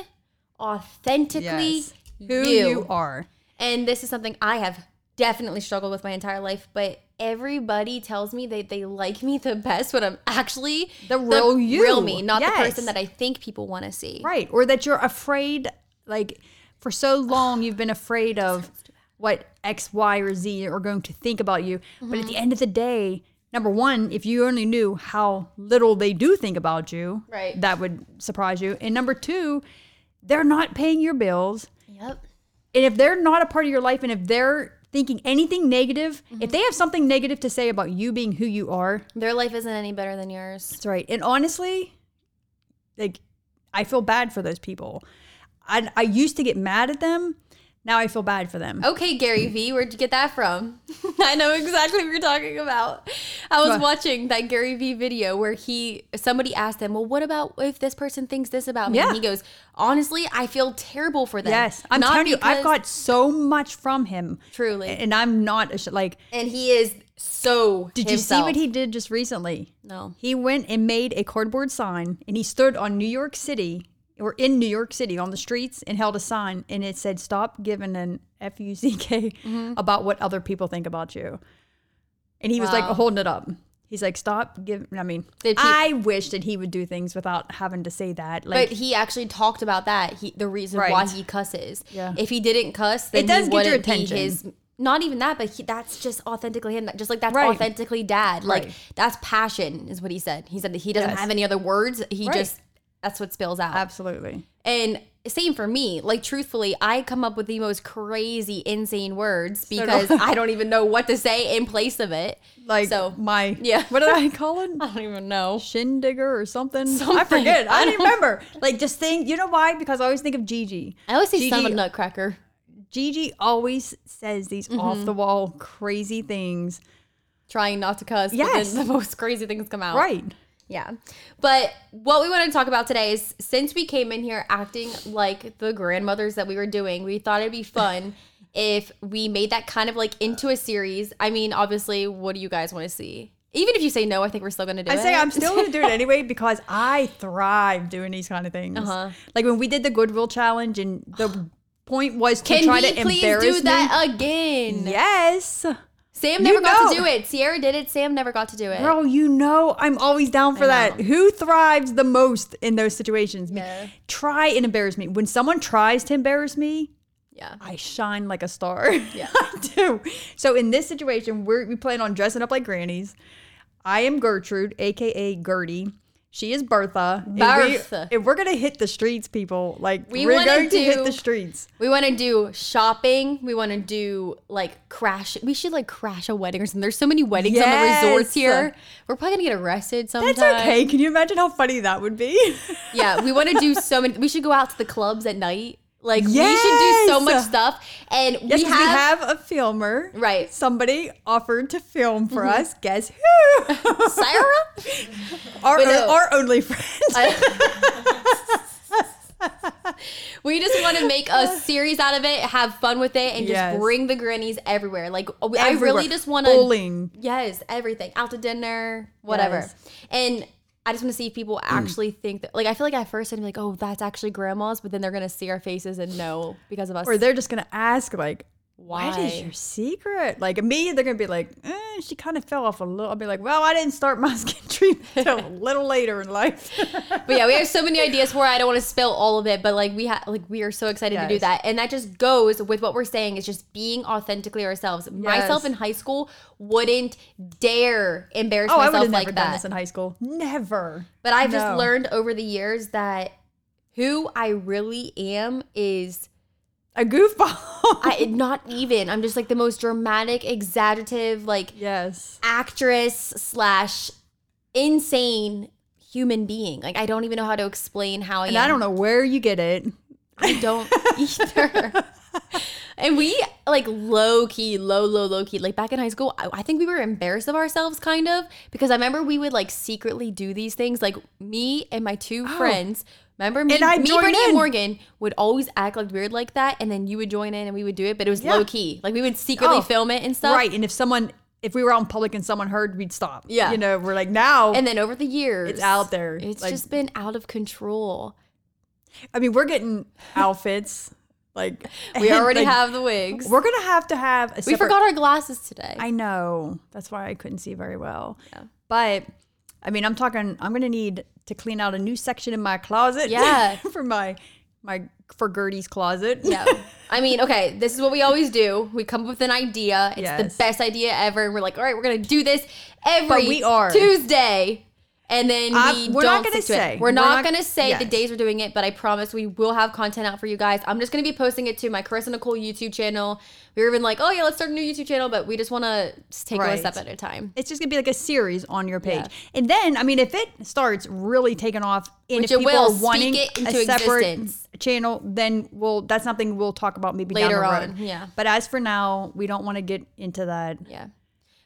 [SPEAKER 4] authentically
[SPEAKER 3] Yes. Who you.
[SPEAKER 4] you.
[SPEAKER 3] are.
[SPEAKER 4] And this is something I have definitely struggled with my entire life, but everybody tells me that they like me the best when I'm actually
[SPEAKER 3] The real you.
[SPEAKER 4] real me, not the
[SPEAKER 3] Yes.
[SPEAKER 4] person that I think people want to see.
[SPEAKER 3] Right. Or that you're afraid, like for so long you've been afraid of what X, Y, or Z are going to think about you. But
[SPEAKER 4] Mm-hmm.
[SPEAKER 3] at the end of the day, number one, if you only knew how little they do think about you,
[SPEAKER 4] Right.
[SPEAKER 3] that would surprise you. And number two, they're not paying your bills.
[SPEAKER 4] Yep.
[SPEAKER 3] and if they're not a part of your life and if they're thinking anything negative
[SPEAKER 4] Mm-hmm.
[SPEAKER 3] if they have something negative to say about you being who you are
[SPEAKER 4] Their life isn't any better than yours.
[SPEAKER 3] that's right and honestly like i feel bad for those people i, I used to get mad at them Now I feel bad for them.
[SPEAKER 4] Okay, Gary V, where'd you get that from? *laughs* I know exactly what you're talking about. I was
[SPEAKER 3] What?
[SPEAKER 4] watching that Gary V video where he somebody asked him, "Well, what about if this person thinks this about me?"
[SPEAKER 3] Yeah.
[SPEAKER 4] And he goes, "Honestly, I feel terrible for them."
[SPEAKER 3] Yes, I'm
[SPEAKER 4] Not
[SPEAKER 3] telling you, I've
[SPEAKER 4] because-
[SPEAKER 3] got so much from him,
[SPEAKER 4] Truly.
[SPEAKER 3] and I'm not asha- like.
[SPEAKER 4] and he is so.
[SPEAKER 3] Did you see
[SPEAKER 4] himself.
[SPEAKER 3] what he did just recently?
[SPEAKER 4] No.
[SPEAKER 3] He went and made a cardboard sign, and he stood on New York City or in New York City on the streets and held a sign, and it said, "Stop giving an f u c k
[SPEAKER 4] Mm-hmm.
[SPEAKER 3] about what other people think about you." And he was like
[SPEAKER 4] Wow.
[SPEAKER 3] holding it up. He's like, "Stop giving." I mean,
[SPEAKER 4] Did he-
[SPEAKER 3] I wish that he would do things without having to say that. Like,
[SPEAKER 4] But he actually talked about that. He the reason
[SPEAKER 3] Right.
[SPEAKER 4] why he cusses.
[SPEAKER 3] Yeah.
[SPEAKER 4] If he didn't cuss, then
[SPEAKER 3] It does
[SPEAKER 4] he
[SPEAKER 3] get your
[SPEAKER 4] wouldn't be
[SPEAKER 3] attention.
[SPEAKER 4] his- not even that, but he, that's just authentically him. Just like that's
[SPEAKER 3] Right.
[SPEAKER 4] authentically dad. Like
[SPEAKER 3] Right.
[SPEAKER 4] that's passion, is what he said. He said that he doesn't
[SPEAKER 3] Yes.
[SPEAKER 4] have any other words. He
[SPEAKER 3] Right.
[SPEAKER 4] just that's what spills out.
[SPEAKER 3] absolutely,
[SPEAKER 4] And same for me. Like truthfully, I come up with the most crazy, insane words
[SPEAKER 3] do
[SPEAKER 4] because
[SPEAKER 3] I.
[SPEAKER 4] *laughs* I don't even know what to say in place of it.
[SPEAKER 3] like
[SPEAKER 4] so
[SPEAKER 3] my
[SPEAKER 4] yeah.
[SPEAKER 3] What did *laughs*
[SPEAKER 4] *laughs*
[SPEAKER 3] I call it?
[SPEAKER 4] I don't even know.
[SPEAKER 3] shindigger or something. I
[SPEAKER 4] Something.
[SPEAKER 3] forget.
[SPEAKER 4] I
[SPEAKER 3] I don't
[SPEAKER 4] don't-
[SPEAKER 3] remember. Oh. Like just think, you know *laughs* why? Because I always think of Gigi.
[SPEAKER 4] I always say son of a
[SPEAKER 3] Gigi-
[SPEAKER 4] nutcracker.
[SPEAKER 3] Gigi always says these off the wall crazy things.
[SPEAKER 4] Trying not to cuss. but then
[SPEAKER 3] Yes.
[SPEAKER 4] the most crazy things come out.
[SPEAKER 3] Right.
[SPEAKER 4] Yeah. But what we want to talk about today is since we came in here acting like the grandmothers that we were doing, we thought it'd
[SPEAKER 3] *laughs*
[SPEAKER 4] be fun if we made that kind of like into a series. I mean, obviously, what do you guys want to see? Even if you say no, I think we're still going to do
[SPEAKER 3] I
[SPEAKER 4] it.
[SPEAKER 3] say I'm still gonna do it *laughs* anyway because I thrive doing these kind of things.
[SPEAKER 4] Uh-huh.
[SPEAKER 3] Like when we did the Goodwill challenge and *gasps* the point was to
[SPEAKER 4] Can
[SPEAKER 3] try
[SPEAKER 4] we
[SPEAKER 3] to
[SPEAKER 4] please
[SPEAKER 3] embarrass
[SPEAKER 4] do that
[SPEAKER 3] me.
[SPEAKER 4] again?
[SPEAKER 3] Yes.
[SPEAKER 4] Sam never got to
[SPEAKER 3] know.
[SPEAKER 4] do it. Sierra did it. Sam never got to do it.
[SPEAKER 3] Girl, you know I'm always down for that.
[SPEAKER 4] know.
[SPEAKER 3] Who thrives the most in those situations? Me.
[SPEAKER 4] Yeah.
[SPEAKER 3] Try and embarrass me. When someone tries to embarrass me,
[SPEAKER 4] Yeah.
[SPEAKER 3] I shine like a star. Yeah. *laughs* I do. So in this situation, we're we plan on dressing up like grannies. I am Gertrude, aka Gertie. She is Bertha. And we-
[SPEAKER 4] Bertha.
[SPEAKER 3] And, we, are gonna hit the streets, people. Like
[SPEAKER 4] We
[SPEAKER 3] we are
[SPEAKER 4] wanna
[SPEAKER 3] going to hit
[SPEAKER 4] do-
[SPEAKER 3] the streets.
[SPEAKER 4] We want to do shopping. We want to do like crash. We should like crash a wedding or something. There's so many weddings
[SPEAKER 3] Yes.
[SPEAKER 4] on the resorts here. We're probably gonna get arrested sometime.
[SPEAKER 3] That's okay. Can you imagine how funny that would be? *laughs*
[SPEAKER 4] Yeah, we want to do so many. We should go out to the clubs at night. Like we should do so
[SPEAKER 3] Yes.
[SPEAKER 4] much stuff, and
[SPEAKER 3] Yes,
[SPEAKER 4] we,
[SPEAKER 3] 'cause
[SPEAKER 4] have,
[SPEAKER 3] we have a filmer.
[SPEAKER 4] Right. Mm-hmm.
[SPEAKER 3] Somebody offered to film for us. Guess who?
[SPEAKER 4] Sarah.
[SPEAKER 3] *laughs* our,
[SPEAKER 4] But no.
[SPEAKER 3] our only friend.
[SPEAKER 4] *laughs* we just want to make a series out of it, have fun with it, and
[SPEAKER 3] Yes.
[SPEAKER 4] just bring the grannies everywhere. Like oh, we-
[SPEAKER 3] *laughs*
[SPEAKER 4] I
[SPEAKER 3] Everywhere.
[SPEAKER 4] really just want to.
[SPEAKER 3] bowling.
[SPEAKER 4] Yes, everything out to dinner, whatever,
[SPEAKER 3] Yes.
[SPEAKER 4] and. I just want to see if people actually think that. Like, I feel like at first I'm like, "Oh, that's actually grandma's," but then they're gonna see our faces and know because of us.
[SPEAKER 3] Or they're just gonna ask like,
[SPEAKER 4] why?
[SPEAKER 3] What is your secret? Like me, they're gonna be like, eh, she kind of fell off a little. I'll be like, well, I didn't start my *laughs* skin treatment until
[SPEAKER 4] *laughs*
[SPEAKER 3] a little later in life.
[SPEAKER 4] But yeah, we have so many ideas for it. I don't want to spill all of it, but like we have, like we are so excited to do
[SPEAKER 3] Yes.
[SPEAKER 4] that, and that just goes with what we're saying is just being authentically ourselves. Myself in high school wouldn't dare
[SPEAKER 3] *laughs*
[SPEAKER 4] embarrass
[SPEAKER 3] oh, I would
[SPEAKER 4] myself
[SPEAKER 3] have
[SPEAKER 4] like
[SPEAKER 3] never done
[SPEAKER 4] that,
[SPEAKER 3] this in high school. Never.
[SPEAKER 4] but I've just
[SPEAKER 3] No.
[SPEAKER 4] learned over the years that who I really am is
[SPEAKER 3] A goofball.
[SPEAKER 4] I not even. I'm just like the most dramatic, exaggerative, like
[SPEAKER 3] *laughs* yes.
[SPEAKER 4] actress slash insane human being. Like I don't even know how to explain how I
[SPEAKER 3] And
[SPEAKER 4] am.
[SPEAKER 3] I don't know where you get it.
[SPEAKER 4] I don't either. *laughs* and we like low key, low, low, low key. Like back in high school, I, I think we were embarrassed of ourselves kind of because I remember we would like secretly do these things. Like me and my two friends. Remember me,
[SPEAKER 3] Oh. And I'd
[SPEAKER 4] me,
[SPEAKER 3] join
[SPEAKER 4] Brittany, and
[SPEAKER 3] in.
[SPEAKER 4] Morgan would always act like weird like that, and then you would join in and we would do it, but it was low key. Like we would secretly
[SPEAKER 3] Oh,
[SPEAKER 4] film it and stuff.
[SPEAKER 3] Right. And if someone, if we were out in public and someone heard, we'd stop.
[SPEAKER 4] Yeah.
[SPEAKER 3] You know, we're like now.
[SPEAKER 4] And then over the years,
[SPEAKER 3] It's out there.
[SPEAKER 4] It's
[SPEAKER 3] Like-
[SPEAKER 4] just been out of control.
[SPEAKER 3] I mean, we're getting outfits. *laughs* like *laughs*
[SPEAKER 4] We already
[SPEAKER 3] like,
[SPEAKER 4] have the wigs.
[SPEAKER 3] We're gonna have to have. A
[SPEAKER 4] We
[SPEAKER 3] separate-
[SPEAKER 4] forgot our glasses today.
[SPEAKER 3] I know. That's why I couldn't see very well. But I mean, I'm talking. I'm gonna need to clean out a new section in my closet.
[SPEAKER 4] Yeah.
[SPEAKER 3] *laughs* for my my for Gertie's closet. *laughs*
[SPEAKER 4] No. I mean, okay, this is what we always do. We come up with an idea. It's
[SPEAKER 3] Yes.
[SPEAKER 4] the best idea ever. And we're like, all right, we're going to do this every
[SPEAKER 3] But we are.
[SPEAKER 4] Tuesday. And then
[SPEAKER 3] I-
[SPEAKER 4] we
[SPEAKER 3] we're not
[SPEAKER 4] don't
[SPEAKER 3] gonna
[SPEAKER 4] stick to it.
[SPEAKER 3] say.
[SPEAKER 4] We're,
[SPEAKER 3] We're
[SPEAKER 4] not,
[SPEAKER 3] not-
[SPEAKER 4] gonna say the
[SPEAKER 3] yes.
[SPEAKER 4] days we're doing it, but I promise we will have content out for you guys. I'm just gonna be posting it to my Carissa Nicole YouTube channel. We were even like, oh yeah, let's start a new YouTube channel, but we just want to take it
[SPEAKER 3] Right.
[SPEAKER 4] a step at a time.
[SPEAKER 3] It's just gonna be like a series on your page,
[SPEAKER 4] Yeah.
[SPEAKER 3] and then I mean, if it starts really taking off, and
[SPEAKER 4] Which
[SPEAKER 3] if
[SPEAKER 4] it
[SPEAKER 3] people
[SPEAKER 4] will,
[SPEAKER 3] are
[SPEAKER 4] speak
[SPEAKER 3] wanting
[SPEAKER 4] it
[SPEAKER 3] a
[SPEAKER 4] into
[SPEAKER 3] separate
[SPEAKER 4] existence.
[SPEAKER 3] channel, then we'll that's something we'll talk about maybe
[SPEAKER 4] Later
[SPEAKER 3] down the road.
[SPEAKER 4] on, yeah.
[SPEAKER 3] But as for now, we don't want to get into that.
[SPEAKER 4] Yeah.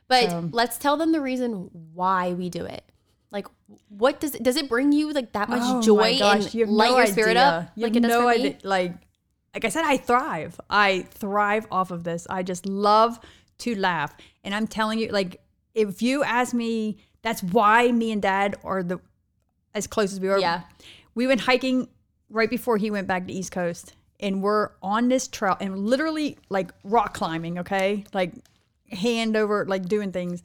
[SPEAKER 4] But
[SPEAKER 3] So-
[SPEAKER 4] let's tell them the reason why we do it. Like, what does it, does it bring you like that
[SPEAKER 3] Oh
[SPEAKER 4] much joy and light your spirit up?
[SPEAKER 3] You have
[SPEAKER 4] like it does
[SPEAKER 3] no
[SPEAKER 4] for
[SPEAKER 3] idea.
[SPEAKER 4] me.
[SPEAKER 3] Like, like I said, I thrive. I thrive off of this. I just love to laugh, and I'm telling you, like, if you ask me, that's why me and Dad are the as close as we are.
[SPEAKER 4] Yeah.
[SPEAKER 3] we went hiking right before he went back to East Coast, and we're on this trail and literally like rock climbing. Okay, like hand over, like doing things.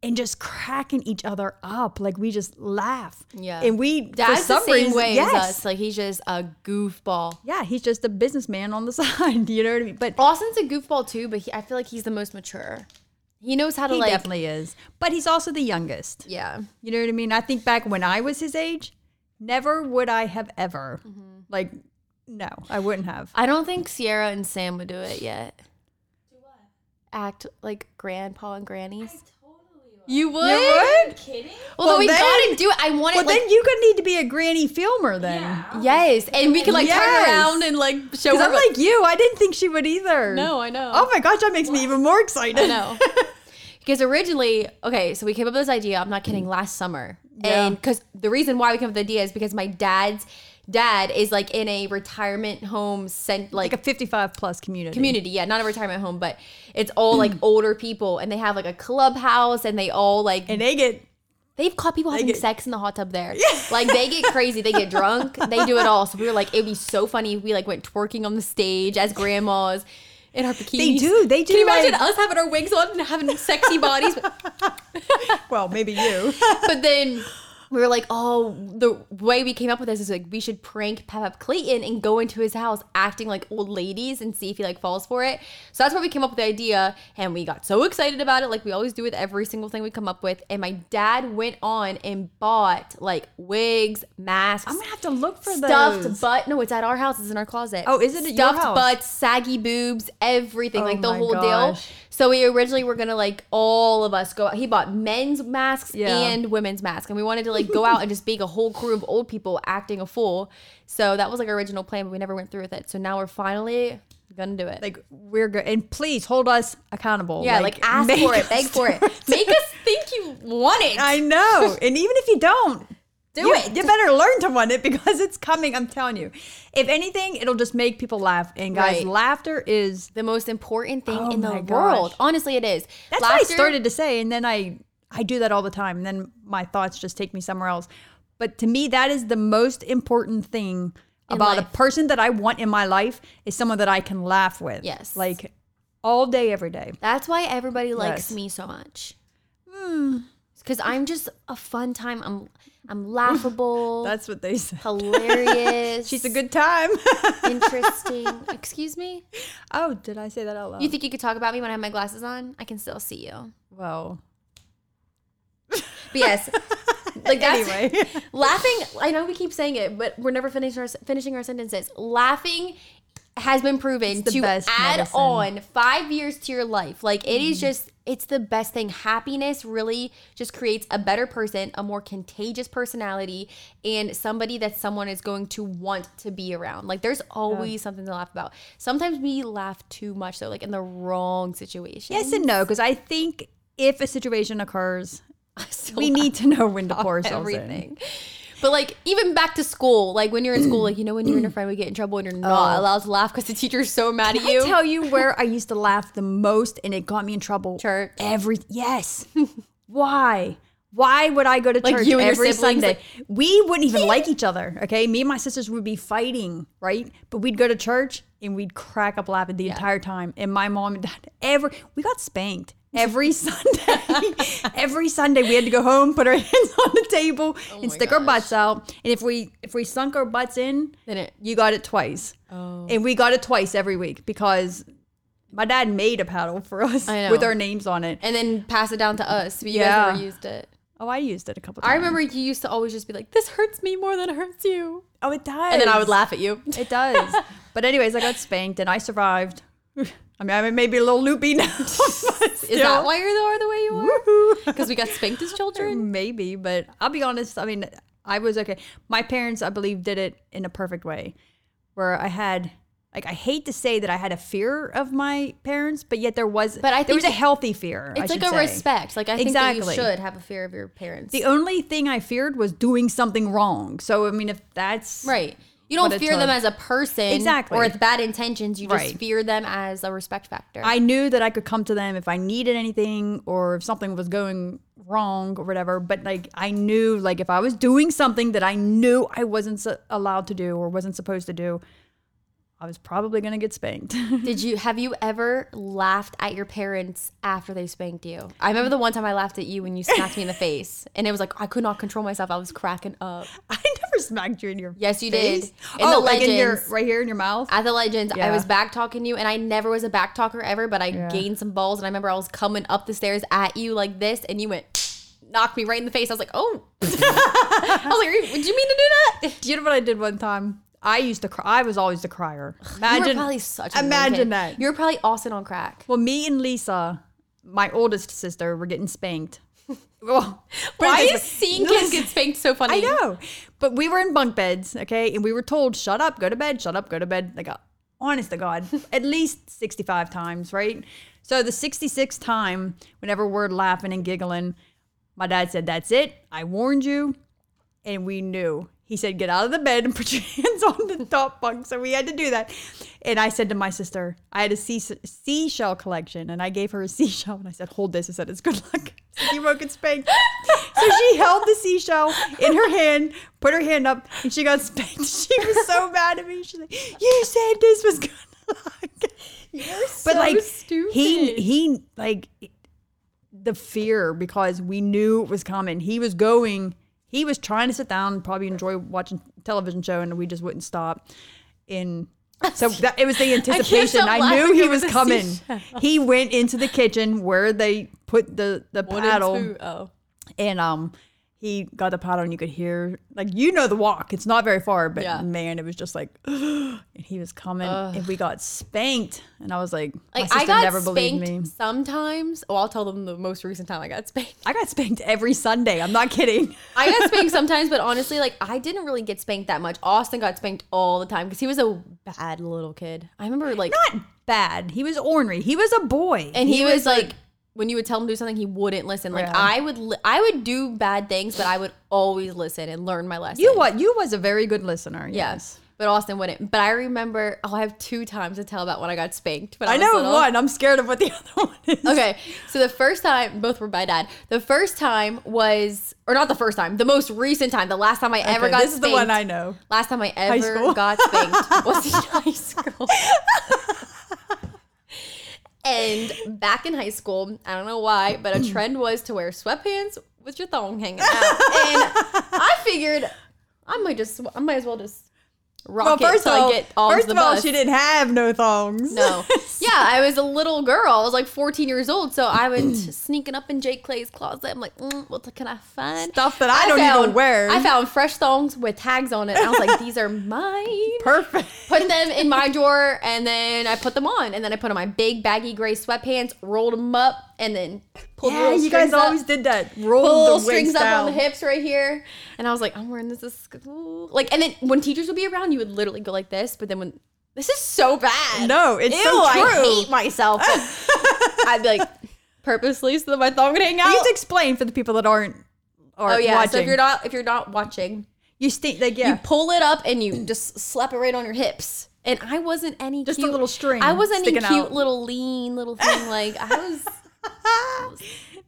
[SPEAKER 3] And just cracking each other up, like we just laugh.
[SPEAKER 4] Yeah.
[SPEAKER 3] and we
[SPEAKER 4] Dad's
[SPEAKER 3] for some
[SPEAKER 4] the same
[SPEAKER 3] reason,
[SPEAKER 4] way
[SPEAKER 3] yes.
[SPEAKER 4] as us. Like he's just a goofball.
[SPEAKER 3] Yeah, he's just a businessman on the *laughs* side. You know what I mean? But
[SPEAKER 4] Austin's a goofball too, but he, I feel like he's the most mature. He knows how to
[SPEAKER 3] he
[SPEAKER 4] like.
[SPEAKER 3] definitely is. But he's also the youngest.
[SPEAKER 4] Yeah.
[SPEAKER 3] You know what I mean? I think back when I was his age, never would I have ever.
[SPEAKER 4] Mm-hmm.
[SPEAKER 3] Like, no, I wouldn't have.
[SPEAKER 4] I don't think Sierra and Sam would do it yet. Do what? Act like grandpa and grannies. You would?
[SPEAKER 3] would?
[SPEAKER 8] Kidding?
[SPEAKER 4] Well,
[SPEAKER 3] Well,
[SPEAKER 4] then we
[SPEAKER 3] then-
[SPEAKER 4] gotta do it. I want
[SPEAKER 3] Well,
[SPEAKER 4] it like
[SPEAKER 3] then you're gonna need to be a granny filmer then.
[SPEAKER 4] yes, and we can like
[SPEAKER 3] Yes.
[SPEAKER 4] turn around and like show.
[SPEAKER 3] Because
[SPEAKER 4] her
[SPEAKER 3] I'm like you, I didn't think she would either.
[SPEAKER 4] no, I know.
[SPEAKER 3] Oh my gosh, that makes me even more excited. *laughs*
[SPEAKER 4] I know. Because originally, okay, so we came up with this idea. I'm not kidding. Last summer, and because the reason why we came up with the idea is because my dad's dad is like in a retirement home sent like,
[SPEAKER 3] Like a 55 plus community.
[SPEAKER 4] community. Yeah, not a retirement home, but it's
[SPEAKER 3] *clears throat*
[SPEAKER 4] all like older people, and they have like a clubhouse, and they all like
[SPEAKER 3] And they get
[SPEAKER 4] they've caught people having
[SPEAKER 3] get-
[SPEAKER 4] sex in the hot tub there. *laughs* Like they get crazy, they get drunk, they do it all. So we were like, it'd be so funny if we like went twerking on the stage as grandmas. In our bikinis.
[SPEAKER 3] They do, they do,
[SPEAKER 4] Can you imagine
[SPEAKER 3] like-
[SPEAKER 4] us having our wigs on and having sexy bodies?
[SPEAKER 3] well, maybe
[SPEAKER 4] *laughs*
[SPEAKER 3] you.
[SPEAKER 4] but then we were like, oh, the way we came up with this is like we should prank Pep Clayton and go into his house acting like old ladies and see if he like falls for it. So that's where we came up with the idea, and we got so excited about it, like we always do with every single thing we come up with. And my dad went on and bought like wigs, masks.
[SPEAKER 3] I'm gonna have to look for
[SPEAKER 4] Stuffed
[SPEAKER 3] those.
[SPEAKER 4] butt. No, it's at our house. It's in our closet.
[SPEAKER 3] Oh, is it at your
[SPEAKER 4] stuffed
[SPEAKER 3] house?
[SPEAKER 4] butts, saggy boobs, everything,
[SPEAKER 3] Oh
[SPEAKER 4] like the
[SPEAKER 3] my
[SPEAKER 4] whole deal.
[SPEAKER 3] gosh.
[SPEAKER 4] So we originally were gonna like all of us go. out. He bought men's masks
[SPEAKER 3] Yeah.
[SPEAKER 4] and women's masks, and we wanted to like go out and just be a whole crew of old people acting a fool. So that was like our original plan, but we never went through with it. So now we're finally gonna do it.
[SPEAKER 3] like we're good and please hold us accountable
[SPEAKER 4] yeah, like, ask
[SPEAKER 3] make
[SPEAKER 4] for it,
[SPEAKER 3] us
[SPEAKER 4] beg for it,
[SPEAKER 3] do
[SPEAKER 4] make us think you want it.
[SPEAKER 3] *laughs* i know and even if you don't do
[SPEAKER 4] it.
[SPEAKER 3] you better learn to want it *laughs* because it's coming i'm telling you if anything it'll just make people laugh and guys
[SPEAKER 4] Right.
[SPEAKER 3] laughter is
[SPEAKER 4] the most important thing
[SPEAKER 3] Oh
[SPEAKER 4] in the
[SPEAKER 3] my gosh.
[SPEAKER 4] world. Honestly, it is.
[SPEAKER 3] that's
[SPEAKER 4] Last
[SPEAKER 3] what i
[SPEAKER 4] year-
[SPEAKER 3] started to say and then i i do that all the time and then my thoughts just take me somewhere else but to me that is the most important thing about
[SPEAKER 4] life.
[SPEAKER 3] a person that i want in my life is someone that i can laugh with
[SPEAKER 4] Yes.
[SPEAKER 3] like all day every day
[SPEAKER 4] That's why everybody
[SPEAKER 3] Yes.
[SPEAKER 4] likes
[SPEAKER 3] Hmm.
[SPEAKER 4] me so much. Because I'm just a fun time. I'm I'm laughable.
[SPEAKER 3] *laughs* that's what they say
[SPEAKER 4] *laughs* hilarious.
[SPEAKER 3] she's a good *laughs* time
[SPEAKER 4] interesting. Excuse me.
[SPEAKER 3] Oh, did I say that out loud?
[SPEAKER 4] You think you could talk about me when I have my glasses on? I can still see you.
[SPEAKER 3] *laughs* well,
[SPEAKER 4] But
[SPEAKER 3] *laughs*
[SPEAKER 4] yes, like that's
[SPEAKER 3] anyway,
[SPEAKER 4] laughing. I know we keep saying it, but we're never finishing our finishing our sentences. Laughing has been proven
[SPEAKER 3] the
[SPEAKER 4] to add
[SPEAKER 3] best medicine. Mm.
[SPEAKER 4] on five years to your life. Like it is just, it's the best thing. Happiness really just creates a better person, a more contagious personality, and somebody that someone is going to want to be around. Like there's always something to laugh about. Sometimes we laugh too much though, like in the wrong situation.
[SPEAKER 3] yes and no, because I think if a situation *laughs* occurs,
[SPEAKER 4] So
[SPEAKER 3] we need to know *laughs* when to pour ourselves in.
[SPEAKER 4] everything. But like even back to school, like when you're in school, like you know when
[SPEAKER 3] *clears throat*
[SPEAKER 4] you and your friend would get in trouble and you're not
[SPEAKER 3] Oh.
[SPEAKER 4] allowed to laugh because the teacher's so mad at you.
[SPEAKER 3] I tell you where I used to laugh the most, and it got me in trouble.
[SPEAKER 4] Church.
[SPEAKER 3] Every yes. *laughs* Why? Why would I go to
[SPEAKER 4] Like
[SPEAKER 3] church
[SPEAKER 4] you and your
[SPEAKER 3] every
[SPEAKER 4] siblings,
[SPEAKER 3] Sunday?
[SPEAKER 4] like-
[SPEAKER 3] we wouldn't even like each other. Okay, me and my sisters would be fighting, right? But we'd go to church and we'd crack up laughing the entire time. And my mom and dad, every we got spanked
[SPEAKER 4] *laughs*
[SPEAKER 3] every Sunday. *laughs* every Sunday we had to go home, put our *laughs* hands on the table,
[SPEAKER 4] Oh
[SPEAKER 3] and stick our butts out. And if we if we sunk our butts in,
[SPEAKER 4] Then it-
[SPEAKER 3] you got it twice.
[SPEAKER 4] Oh.
[SPEAKER 3] And we got it twice every week because my dad made a paddle for us
[SPEAKER 4] I know.
[SPEAKER 3] with our names on it.
[SPEAKER 4] and then pass it down to us. You
[SPEAKER 3] Yeah.
[SPEAKER 4] guys never used it.
[SPEAKER 3] Oh, I used it a couple times.
[SPEAKER 4] I remember you used to always just be like, "This hurts me more than it hurts you,"
[SPEAKER 3] Oh, it does.
[SPEAKER 4] and then I would laugh at you.
[SPEAKER 3] It
[SPEAKER 4] *laughs*
[SPEAKER 3] does. but anyways, I got spanked and I survived. *laughs* I mean, I may be a little loopy now. *laughs*
[SPEAKER 4] Is that why you are the way you are? *laughs* Because we got spanked as
[SPEAKER 3] Mm,
[SPEAKER 4] children.
[SPEAKER 3] Maybe, but I'll be honest. I mean, I was okay. My parents, I believe, did it in a perfect way where I had. Like I hate to say that I had a fear of my parents, but yet there was
[SPEAKER 4] But I
[SPEAKER 3] there was a
[SPEAKER 4] think
[SPEAKER 3] healthy fear. I
[SPEAKER 4] It's like
[SPEAKER 3] should
[SPEAKER 4] a
[SPEAKER 3] say.
[SPEAKER 4] respect. Like I think
[SPEAKER 3] Exactly.
[SPEAKER 4] that you should have a fear of your parents.
[SPEAKER 3] The only thing I feared was doing something wrong. So I mean, if that's
[SPEAKER 4] right. You don't
[SPEAKER 3] But it's
[SPEAKER 4] fear them
[SPEAKER 3] a-
[SPEAKER 4] as a person,
[SPEAKER 3] Exactly.
[SPEAKER 4] or with bad intentions. You just
[SPEAKER 3] Right.
[SPEAKER 4] fear them as a respect factor.
[SPEAKER 3] I knew that I could come to them if I needed anything or if something was going wrong or whatever. But like I knew, like if I was doing something that I knew I wasn't su- allowed to do or wasn't supposed to do, I was probably gonna get spanked. *laughs*
[SPEAKER 4] Did you have you ever laughed at your parents after they spanked you? I remember the one time I laughed at you when you smacked *laughs* me in the face, and it was like I could not control myself. I was cracking up.
[SPEAKER 3] I never smacked you in your
[SPEAKER 4] Yes, you
[SPEAKER 3] face.
[SPEAKER 4] did. In
[SPEAKER 3] oh,
[SPEAKER 4] the
[SPEAKER 3] like in your
[SPEAKER 4] legends.
[SPEAKER 3] right here in your mouth.
[SPEAKER 4] At the Legends, I
[SPEAKER 3] Yeah.
[SPEAKER 4] was back talking to you, and I never was a back talker ever, but I gained some balls. And I remember I was coming up the stairs at you like this, and you went, *sniffs* knocked me right in the face. I was like, oh. *laughs* I was like, Are you, did you mean to do that?
[SPEAKER 3] do you know what I did one time? I used to cry. I was always the crier. Imagine
[SPEAKER 4] you were probably such a
[SPEAKER 3] imagine
[SPEAKER 4] kid.
[SPEAKER 3] that.
[SPEAKER 4] You were probably Austin on crack.
[SPEAKER 3] Well, me and Lisa, my oldest sister, were getting spanked. *laughs* Well, put it
[SPEAKER 4] Why
[SPEAKER 3] this
[SPEAKER 4] is
[SPEAKER 3] way.
[SPEAKER 4] seeing kids get spanked so funny?
[SPEAKER 3] I know. But we were in bunk beds, okay? And we were told, shut up, go to bed, shut up, go to bed. Like, uh, honest to God, at least 65 times, right? So the 66th time, whenever we're laughing and giggling, my dad said, that's it. I warned you. And we knew. He said, get out of the bed and *laughs* put your hands on the top bunk. So we had to do that. And I said to my sister, I had a sea- seashell collection. And I gave her a *laughs* seashell. And I said, hold this. I said, it's good luck. *laughs* You won't get spanked. So she held the seashell in her hand, put her hand up, and she got spanked. *laughs* She was so mad at me. She's like, "You said this was *laughs* good
[SPEAKER 4] *laughs*
[SPEAKER 3] luck." You're so He
[SPEAKER 4] stupid.
[SPEAKER 3] he like the fear because we knew it was coming. He was going. He was trying to sit down and probably enjoy watching television show, and we just wouldn't stop. And
[SPEAKER 4] *laughs*
[SPEAKER 3] so that, it was the anticipation.
[SPEAKER 4] stop
[SPEAKER 3] I, knew
[SPEAKER 4] laughing
[SPEAKER 3] he
[SPEAKER 4] over
[SPEAKER 3] was
[SPEAKER 4] the
[SPEAKER 3] coming.
[SPEAKER 4] seashell.
[SPEAKER 3] He went into the kitchen where they put the the
[SPEAKER 4] What is
[SPEAKER 3] paddle
[SPEAKER 4] who? Oh.
[SPEAKER 3] and um he got the paddle and you could hear like you know the walk it's not very far but
[SPEAKER 4] Yeah.
[SPEAKER 3] man it was just like *gasps* and he was coming and we got spanked and i was like, my
[SPEAKER 4] Like
[SPEAKER 3] sister
[SPEAKER 4] I got
[SPEAKER 3] never believed
[SPEAKER 4] spanked
[SPEAKER 3] me
[SPEAKER 4] sometimes. Oh, I'll tell them the most recent time I got *laughs* spanked.
[SPEAKER 3] i got spanked every sunday i'm not kidding
[SPEAKER 4] I got *laughs* spanked sometimes, but honestly, like I didn't really get spanked that much. Austin got spanked all the time because he was a bad little kid. I remember like,
[SPEAKER 3] not bad he was ornery he was a boy
[SPEAKER 4] and he, was, like, when you would tell him to do something, he wouldn't listen. Like
[SPEAKER 3] Yeah.
[SPEAKER 4] I would, li- I would do bad things, but I would always listen and learn my lesson.
[SPEAKER 3] you what you was a very good listener yes
[SPEAKER 4] Yes. But Austin wouldn't. But I remember, oh, I have two times to tell about when I got spanked. When I,
[SPEAKER 3] i
[SPEAKER 4] was
[SPEAKER 3] know
[SPEAKER 4] little.
[SPEAKER 3] one i'm scared of what the *laughs* other one is
[SPEAKER 4] Okay, so the first time, both were by dad. The first time was, or not the first time, the most recent time, the last time I ever
[SPEAKER 3] Okay,
[SPEAKER 4] got
[SPEAKER 3] this is the one
[SPEAKER 4] spanked.
[SPEAKER 3] i know
[SPEAKER 4] Last time I
[SPEAKER 3] school.
[SPEAKER 4] ever got
[SPEAKER 3] *laughs*
[SPEAKER 4] spanked was in high school. and back in high school, I don't know why, but a trend was to wear sweatpants with your thong hanging out. and I figured I might just, I might as well just
[SPEAKER 3] well
[SPEAKER 4] rock it
[SPEAKER 3] first
[SPEAKER 4] till
[SPEAKER 3] of
[SPEAKER 4] I
[SPEAKER 3] all
[SPEAKER 4] get all
[SPEAKER 3] first
[SPEAKER 4] the
[SPEAKER 3] of all
[SPEAKER 4] bus.
[SPEAKER 3] she didn't have no thongs *laughs*
[SPEAKER 4] No. Yeah, I was a little girl. I was like 14 years old, so I went
[SPEAKER 3] Mm.
[SPEAKER 4] *clears throat* sneaking up in Jake Clay's closet. I'm like, mm, what can I find?
[SPEAKER 3] Stuff that I don't even wear.
[SPEAKER 4] I found fresh thongs with tags on it. And I was like, these are mine.
[SPEAKER 3] perfect
[SPEAKER 4] Put them in my drawer, and then I put them on, and then I put on my big baggy gray sweatpants, rolled them up, and then pulled the
[SPEAKER 3] Yeah,
[SPEAKER 4] little
[SPEAKER 3] you guys
[SPEAKER 4] strings up-
[SPEAKER 3] always did that. Roll
[SPEAKER 4] pull
[SPEAKER 3] the
[SPEAKER 4] strings
[SPEAKER 3] wings
[SPEAKER 4] up
[SPEAKER 3] down.
[SPEAKER 4] on the hips right here. And I was like, I'm wearing this to school. Like, and then when teachers would be around, you would literally go like this. But then when this is so bad. *laughs*
[SPEAKER 3] No, it's
[SPEAKER 4] Ew,
[SPEAKER 3] so true.
[SPEAKER 4] I
[SPEAKER 3] *laughs*
[SPEAKER 4] hate myself. I'd be like, purposely so that my thumb would hang out.
[SPEAKER 3] You need to explain for the people that aren't are
[SPEAKER 4] oh yeah.
[SPEAKER 3] watching.
[SPEAKER 4] So if you're not if you're not watching,
[SPEAKER 3] you stink like yeah.
[SPEAKER 4] you pull it up and you just slap it right on your hips. And I wasn't any
[SPEAKER 3] Just a
[SPEAKER 4] cute-
[SPEAKER 3] little string
[SPEAKER 4] I wasn't any cute
[SPEAKER 3] sticking out.
[SPEAKER 4] little lean little thing. Like I
[SPEAKER 3] *laughs*
[SPEAKER 4] was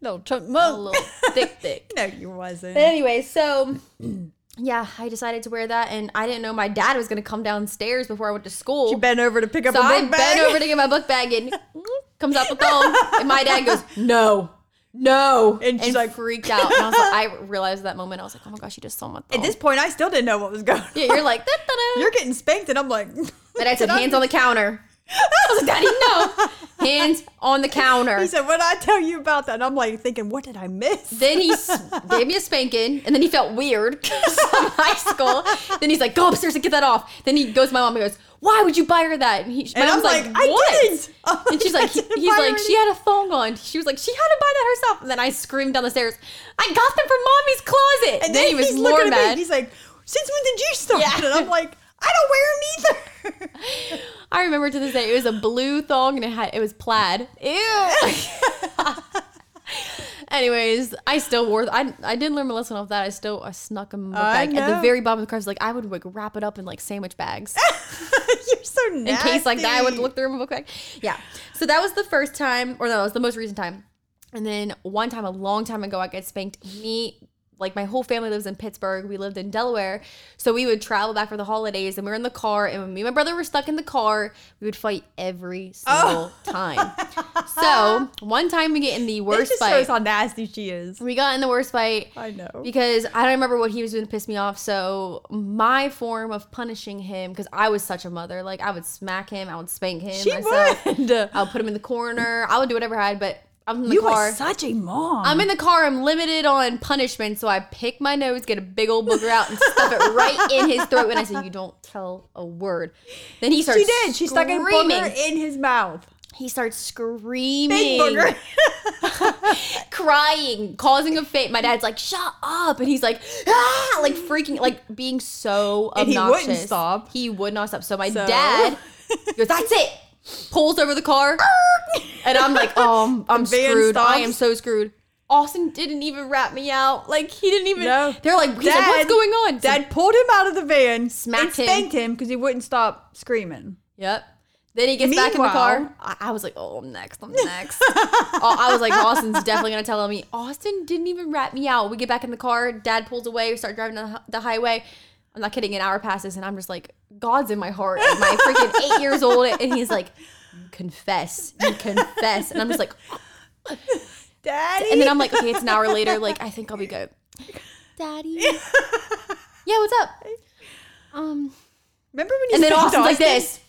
[SPEAKER 3] no, chunk
[SPEAKER 4] a *laughs* little thick thick.
[SPEAKER 3] Oh, No, you wasn't.
[SPEAKER 4] But anyway, so *clears throat* yeah, I decided to wear that, and I didn't know my dad was gonna come downstairs before I went to school.
[SPEAKER 3] She bent over to pick up
[SPEAKER 4] so
[SPEAKER 3] a
[SPEAKER 4] I
[SPEAKER 3] book bag. *laughs*
[SPEAKER 4] bent over to get my book bag, and comes out the phone, and my dad goes, "No, no,"
[SPEAKER 3] And she's like-
[SPEAKER 4] freaked out. And I was like, I realized that moment. I was like, "Oh my gosh, you just saw my
[SPEAKER 3] At
[SPEAKER 4] thumb."
[SPEAKER 3] this point, I still didn't know what was going. on.
[SPEAKER 4] yeah, you're like, "Da-da-da."
[SPEAKER 3] You're getting spanked, and I'm like, *laughs*
[SPEAKER 4] my dad said,
[SPEAKER 3] I-
[SPEAKER 4] "Hands on the counter." I was like, *laughs* "Daddy, no." hands on the counter.
[SPEAKER 3] He said, "What I tell you about that?" And I'm like thinking, "What did I miss?"
[SPEAKER 4] Then he s- gave me a spanking, and then he felt weird *laughs* from high school. Then he's like, "Go upstairs and get that off." Then he goes to my mom and goes, "Why would you buy her that?" And, he, my
[SPEAKER 3] and I'm
[SPEAKER 4] mom's
[SPEAKER 3] like,
[SPEAKER 4] like, "What?"
[SPEAKER 3] "I didn't." I'm
[SPEAKER 4] And
[SPEAKER 3] *laughs*
[SPEAKER 4] she's
[SPEAKER 3] "I
[SPEAKER 4] like, he-
[SPEAKER 3] didn't
[SPEAKER 4] he's
[SPEAKER 3] buy
[SPEAKER 4] like,
[SPEAKER 3] her
[SPEAKER 4] she had a thong on. She was like, she had to buy that herself. And then I screamed down the stairs, I got them from mommy's closet.
[SPEAKER 3] And
[SPEAKER 4] then, he was
[SPEAKER 3] he's
[SPEAKER 4] more
[SPEAKER 3] looking at me,
[SPEAKER 4] mad.
[SPEAKER 3] He's like, "Since when did you start?"
[SPEAKER 4] Yeah.
[SPEAKER 3] And I'm like, "I don't wear them either." *laughs*
[SPEAKER 4] I remember to this day, it was a blue thong and it had it was plaid. Ew. *laughs* Anyways, I still wore. I I didn't learn my lesson off that. I still I snuck them
[SPEAKER 3] I
[SPEAKER 4] back at the
[SPEAKER 3] know.
[SPEAKER 4] very bottom of the craft. Like I would like wrap it up in like sandwich bags
[SPEAKER 3] You're so
[SPEAKER 4] in
[SPEAKER 3] nasty.
[SPEAKER 4] case like that I would look through my book bag. Yeah. So that was the first time, or no, that was the most recent time. And then one time, a long time ago, I got spanked. Me, like my whole family lives in Pittsburgh. We lived in Delaware, so we would travel back for the holidays, and we were in the car. And when me and my brother were stuck in the car, we would fight every single time.
[SPEAKER 3] *laughs*
[SPEAKER 4] So one time we get in the
[SPEAKER 3] Oh. It
[SPEAKER 4] worst
[SPEAKER 3] just
[SPEAKER 4] fight.
[SPEAKER 3] shows how nasty she is.
[SPEAKER 4] we got in the worst fight
[SPEAKER 3] I know.
[SPEAKER 4] because I don't remember what he was doing to piss me off. So my form of punishing him, because I was such a mother, like I would smack him, I would spank him
[SPEAKER 3] She
[SPEAKER 4] myself.
[SPEAKER 3] would.
[SPEAKER 4] I would put him in the corner. I would do whatever I had, but I'm in the
[SPEAKER 3] You
[SPEAKER 4] car.
[SPEAKER 3] are such a mom.
[SPEAKER 4] I'm in the car. I'm limited on punishment, so I pick my nose, get a big old booger out, and stuff it right in his throat. And I said, "You don't tell a word." Then he starts.
[SPEAKER 3] she did. She stuck a
[SPEAKER 4] screaming.
[SPEAKER 3] booger in his mouth.
[SPEAKER 4] He starts screaming
[SPEAKER 3] Big booger.
[SPEAKER 4] *laughs* crying, causing a fit. My dad's like, "Shut up!" and he's like, "Ah!" like freaking, like being so
[SPEAKER 3] And he
[SPEAKER 4] obnoxious.
[SPEAKER 3] wouldn't stop.
[SPEAKER 4] He would not stop. So my
[SPEAKER 3] So-
[SPEAKER 4] dad
[SPEAKER 3] *laughs*
[SPEAKER 4] goes, "That's it." Pulls over the car, and I'm like, "Oh, I'm- I'm
[SPEAKER 3] The van
[SPEAKER 4] screwed. I
[SPEAKER 3] stops.
[SPEAKER 4] am so screwed." Austin didn't even rat me out. Like he didn't even.
[SPEAKER 3] No.
[SPEAKER 4] They're like, he's like, "What's
[SPEAKER 3] Dad-
[SPEAKER 4] going on?" So-
[SPEAKER 3] Dad pulled him out of the van,
[SPEAKER 4] Smacked him.
[SPEAKER 3] and spanked him because he wouldn't stop screaming.
[SPEAKER 4] Yep. Then he gets back in the
[SPEAKER 3] Meanwhile-
[SPEAKER 4] car. I, I was like, oh, I'm next.
[SPEAKER 3] *laughs*
[SPEAKER 4] I'm next. Oh, I was like, Austin's definitely going to tell on me. Austin didn't even rat me out. We get back in the car. Dad pulls away. We start driving down the hi- the highway. I'm not kidding. An hour passes, and I'm just like, God's in my heart. And my freaking eight years old. And he's like, "You confess. You confess. And I'm just like,
[SPEAKER 3] Daddy.
[SPEAKER 4] and then I'm like, okay, it's an hour later. Like, I think I'll be good. Daddy. Yeah, what's up? Um,
[SPEAKER 3] remember when you
[SPEAKER 4] and then
[SPEAKER 3] spanked
[SPEAKER 4] Austin's like
[SPEAKER 3] Austin?
[SPEAKER 4] this.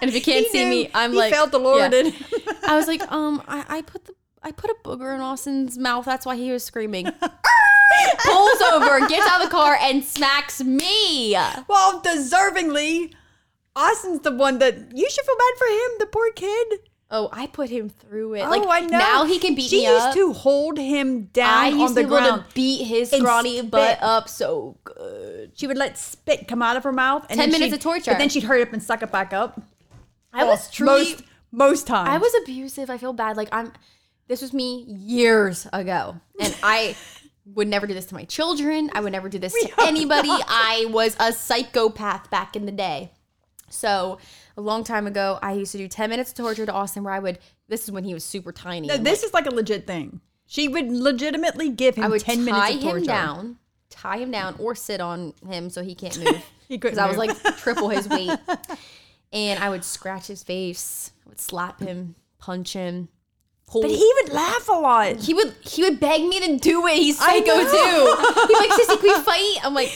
[SPEAKER 4] And if you can't
[SPEAKER 3] He
[SPEAKER 4] see
[SPEAKER 3] knew.
[SPEAKER 4] me, I'm
[SPEAKER 3] he
[SPEAKER 4] like
[SPEAKER 3] felt the Lord
[SPEAKER 4] yeah.
[SPEAKER 3] in him. *laughs*
[SPEAKER 4] I was like, um, I, I put the I put a booger in Austin's mouth. That's why he
[SPEAKER 3] *laughs*
[SPEAKER 4] was screaming. Pulls over, gets out of the car, and smacks me.
[SPEAKER 3] Well, deservingly, Austin's the one that you should feel bad for him, the poor kid.
[SPEAKER 4] Oh, I put him through it.
[SPEAKER 3] Oh,
[SPEAKER 4] like
[SPEAKER 3] I know.
[SPEAKER 4] now he can beat
[SPEAKER 3] she
[SPEAKER 4] me
[SPEAKER 3] used
[SPEAKER 4] up.
[SPEAKER 3] to hold him
[SPEAKER 4] I
[SPEAKER 3] down
[SPEAKER 4] used
[SPEAKER 3] on the
[SPEAKER 4] to be able
[SPEAKER 3] ground.
[SPEAKER 4] to beat his
[SPEAKER 3] and
[SPEAKER 4] scrawny butt
[SPEAKER 3] spit.
[SPEAKER 4] up so good.
[SPEAKER 3] she would let spit come out of her mouth. And
[SPEAKER 4] 10
[SPEAKER 3] then
[SPEAKER 4] minutes
[SPEAKER 3] she'd-
[SPEAKER 4] of torture.
[SPEAKER 3] But then she'd hurry up and suck it back up.
[SPEAKER 4] I was truly
[SPEAKER 3] most most times.
[SPEAKER 4] I was abusive. I feel bad. Like I'm. This was me years ago, and
[SPEAKER 3] *laughs*
[SPEAKER 4] I would never do this to my children. I would never do this to anybody. I was a psychopath back in the day. So a long time ago, I used to do ten minutes of torture to Austin, where I would. This is when he was super tiny.
[SPEAKER 3] No,
[SPEAKER 4] and,
[SPEAKER 3] this is like a legit thing. She would legitimately give him
[SPEAKER 4] like, I would
[SPEAKER 3] ten
[SPEAKER 4] tie
[SPEAKER 3] minutes of torture.
[SPEAKER 4] him down, tie him down, or sit on him so he can't
[SPEAKER 3] *laughs*
[SPEAKER 4] move.
[SPEAKER 3] He couldn't
[SPEAKER 4] Because I was
[SPEAKER 3] move.
[SPEAKER 4] like triple
[SPEAKER 3] *laughs*
[SPEAKER 4] his weight, and I would scratch his face. I would slap him, punch him.
[SPEAKER 3] but
[SPEAKER 4] pull-
[SPEAKER 3] he would laugh a lot.
[SPEAKER 4] he would he would beg me to do it. He's psycho
[SPEAKER 3] know.
[SPEAKER 4] too. He's like, "Sissy, can we fight?" I'm like,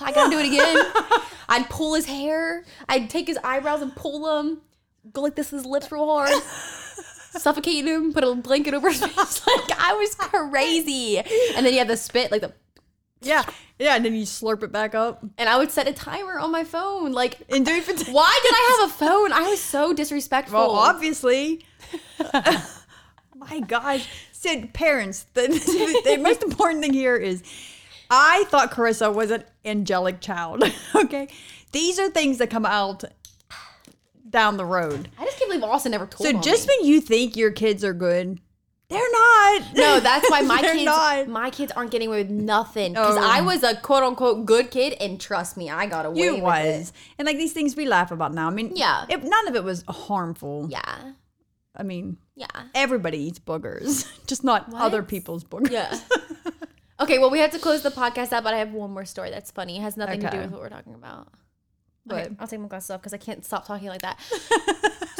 [SPEAKER 4] "I gotta do it
[SPEAKER 3] *laughs*
[SPEAKER 4] again." I'd pull his hair. I'd take his eyebrows and pull them. Go like this, his lips real
[SPEAKER 3] *laughs*
[SPEAKER 4] hard. Suffocate him. Put a blanket over his face. *laughs* Like I was crazy. And then you had the spit, like the.
[SPEAKER 3] Yeah, yeah, and then you slurp it back up
[SPEAKER 4] And I would set a timer on my phone. Like,
[SPEAKER 3] and do it for. ten-
[SPEAKER 4] why did I have a phone? I was so disrespectful.
[SPEAKER 3] Well,
[SPEAKER 4] *laughs*
[SPEAKER 3] obviously. My gosh, said parents. *laughs* The, the, the most important thing here is, I thought Carissa was an angelic child. *laughs* okay, these are things that come out down the road.
[SPEAKER 4] I just can't believe Austin never told.
[SPEAKER 3] So
[SPEAKER 4] on
[SPEAKER 3] just
[SPEAKER 4] me.
[SPEAKER 3] when you think your kids are good, they're not. *laughs*
[SPEAKER 4] No, that's why my
[SPEAKER 3] They're
[SPEAKER 4] kids
[SPEAKER 3] not.
[SPEAKER 4] my kids aren't getting away with nothing because
[SPEAKER 3] Oh.
[SPEAKER 4] I was a quote unquote good kid, and trust me, I got away.
[SPEAKER 3] you
[SPEAKER 4] with
[SPEAKER 3] was
[SPEAKER 4] it.
[SPEAKER 3] and like these things we laugh about now. I mean,
[SPEAKER 4] Yeah.
[SPEAKER 3] it, none of it was harmful.
[SPEAKER 4] yeah,
[SPEAKER 3] I mean,
[SPEAKER 4] yeah,
[SPEAKER 3] everybody eats boogers, *laughs* just not other
[SPEAKER 4] What?
[SPEAKER 3] people's boogers.
[SPEAKER 4] yeah. *laughs* okay, well, we have to close the podcast out, but I have one more story that's funny. It has nothing to do
[SPEAKER 3] Okay.
[SPEAKER 4] with what we're talking about.
[SPEAKER 3] But
[SPEAKER 4] Okay, I'll take my glasses off because I can't stop talking like
[SPEAKER 3] *laughs*
[SPEAKER 4] that.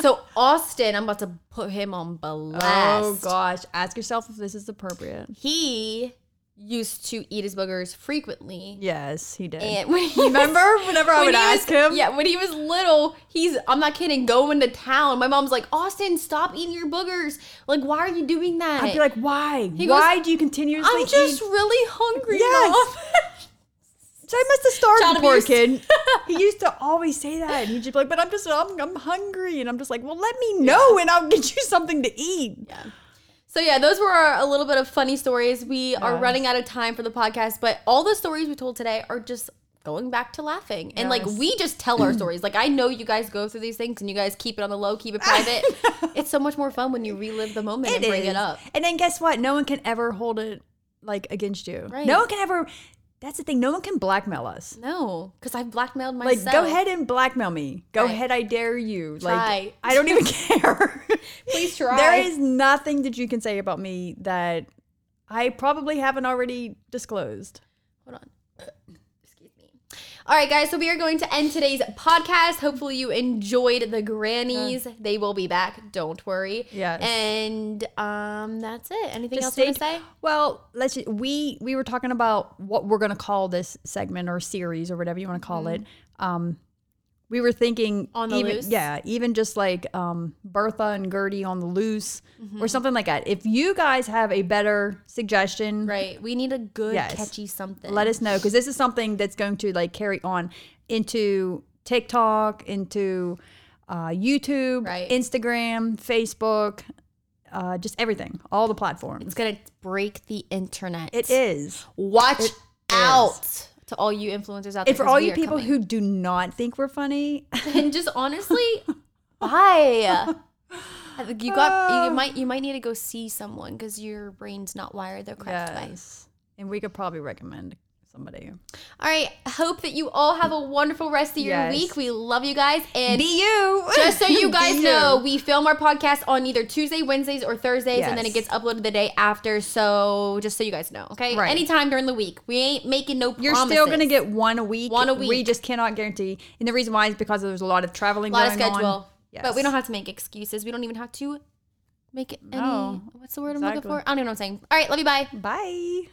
[SPEAKER 4] so Austin, I'm about to put him on blast.
[SPEAKER 3] oh gosh, ask yourself if this is appropriate.
[SPEAKER 4] he used to eat his boogers frequently.
[SPEAKER 3] Yes, he did. *laughs*
[SPEAKER 4] And when he
[SPEAKER 3] Remember whenever I
[SPEAKER 4] when
[SPEAKER 3] would
[SPEAKER 4] he was-
[SPEAKER 3] ask him?
[SPEAKER 4] Yeah, when he was little, he's I'm not kidding, going to town. My mom's like, Austin, stop eating your boogers. Like, why are you doing that?
[SPEAKER 3] I'd be like, why?
[SPEAKER 4] He goes,
[SPEAKER 3] why do you continuously
[SPEAKER 4] I'm just
[SPEAKER 3] eat?
[SPEAKER 4] really hungry.
[SPEAKER 3] Yes.
[SPEAKER 4] Mom."
[SPEAKER 3] So I must have starved
[SPEAKER 4] Child
[SPEAKER 3] the poor
[SPEAKER 4] abuse.
[SPEAKER 3] kid.
[SPEAKER 4] *laughs*
[SPEAKER 3] He used to always say that. And he'd just be like, but I'm just, I'm, I'm hungry. And I'm just like, well, let me know and I'll get you something to eat.
[SPEAKER 4] So yeah, those were our, a little bit of funny stories. We are
[SPEAKER 3] Yes.
[SPEAKER 4] running out of time for the podcast, but all the stories we told today are just going back to laughing. And like
[SPEAKER 3] Yes.
[SPEAKER 4] we just
[SPEAKER 3] *clears throat*
[SPEAKER 4] tell our stories. Like I know you guys go through these things and you guys keep it on the low,
[SPEAKER 3] *laughs*
[SPEAKER 4] keep it private. it's so much more fun when you relive the moment and bring
[SPEAKER 3] is.
[SPEAKER 4] it up.
[SPEAKER 3] And then guess what? No one can ever hold it like against you.
[SPEAKER 4] Right.
[SPEAKER 3] No one can ever. That's the thing. No one can blackmail us.
[SPEAKER 4] No, because I've blackmailed
[SPEAKER 3] Like,
[SPEAKER 4] myself.
[SPEAKER 3] go ahead and blackmail me. Go
[SPEAKER 4] Right.
[SPEAKER 3] ahead, I dare you.
[SPEAKER 4] Try.
[SPEAKER 3] Like, I don't
[SPEAKER 4] *laughs*
[SPEAKER 3] even care.
[SPEAKER 4] please try.
[SPEAKER 3] There is nothing that you can say about me that I probably haven't already disclosed.
[SPEAKER 4] Hold on. *coughs* Excuse me. All right, guys. So we are going to end today's podcast. Hopefully, you enjoyed the grannies. They will be back. Don't worry.
[SPEAKER 3] Yes.
[SPEAKER 4] And um, that's it. Anything else
[SPEAKER 3] Just
[SPEAKER 4] you want to
[SPEAKER 3] stay-
[SPEAKER 4] say?
[SPEAKER 3] Well, let's ju- we we were talking about what we're gonna call this segment or series or whatever you want to call it. Um, we were thinking
[SPEAKER 4] Mm-hmm. On the
[SPEAKER 3] even,
[SPEAKER 4] loose?
[SPEAKER 3] yeah, even just like um, Bertha and Gertie on the loose
[SPEAKER 4] Mm-hmm.
[SPEAKER 3] or something like that. If you guys have a better suggestion,
[SPEAKER 4] Right. We need a good
[SPEAKER 3] Yes.
[SPEAKER 4] catchy something.
[SPEAKER 3] let us know because this is something that's going to like carry on into TikTok, into uh, YouTube,
[SPEAKER 4] Right.
[SPEAKER 3] Instagram, Facebook, uh, just everything, all the platforms.
[SPEAKER 4] It's gonna break the internet.
[SPEAKER 3] It is.
[SPEAKER 4] Watch out to all you influencers out there.
[SPEAKER 3] And for
[SPEAKER 4] 'cause
[SPEAKER 3] all
[SPEAKER 4] we
[SPEAKER 3] you
[SPEAKER 4] are
[SPEAKER 3] people
[SPEAKER 4] coming.
[SPEAKER 3] who do not think we're funny, *laughs*
[SPEAKER 4] and just honestly, bye. I think You got.
[SPEAKER 3] Ah.
[SPEAKER 4] You might. You might need to go see someone because your brain's not wired the correct way.
[SPEAKER 3] and we could probably recommend somebody.
[SPEAKER 4] All right. Hope that you all have a wonderful rest of your
[SPEAKER 3] Yes.
[SPEAKER 4] week. We love you guys. And
[SPEAKER 3] Be you.
[SPEAKER 4] just so
[SPEAKER 3] *laughs*
[SPEAKER 4] you
[SPEAKER 3] Be
[SPEAKER 4] guys know, we film our podcast on either Tuesday, Wednesdays, or Thursdays, and then it
[SPEAKER 3] Yes.
[SPEAKER 4] gets uploaded the day after. So just so you guys know, okay?
[SPEAKER 3] Right.
[SPEAKER 4] Anytime during the week. We ain't making no promises.
[SPEAKER 3] You're still gonna get one a week.
[SPEAKER 4] One a
[SPEAKER 3] We
[SPEAKER 4] week.
[SPEAKER 3] just cannot guarantee, and the reason why is because there's a lot of traveling,
[SPEAKER 4] a lot of
[SPEAKER 3] going on.
[SPEAKER 4] schedule.
[SPEAKER 3] Yes.
[SPEAKER 4] But we don't have to make excuses. We don't even have to make any.
[SPEAKER 3] No.
[SPEAKER 4] What's the word I'm looking
[SPEAKER 3] Exactly.
[SPEAKER 4] for? I don't even know what I'm saying. All right. Love you. Bye.
[SPEAKER 3] Bye.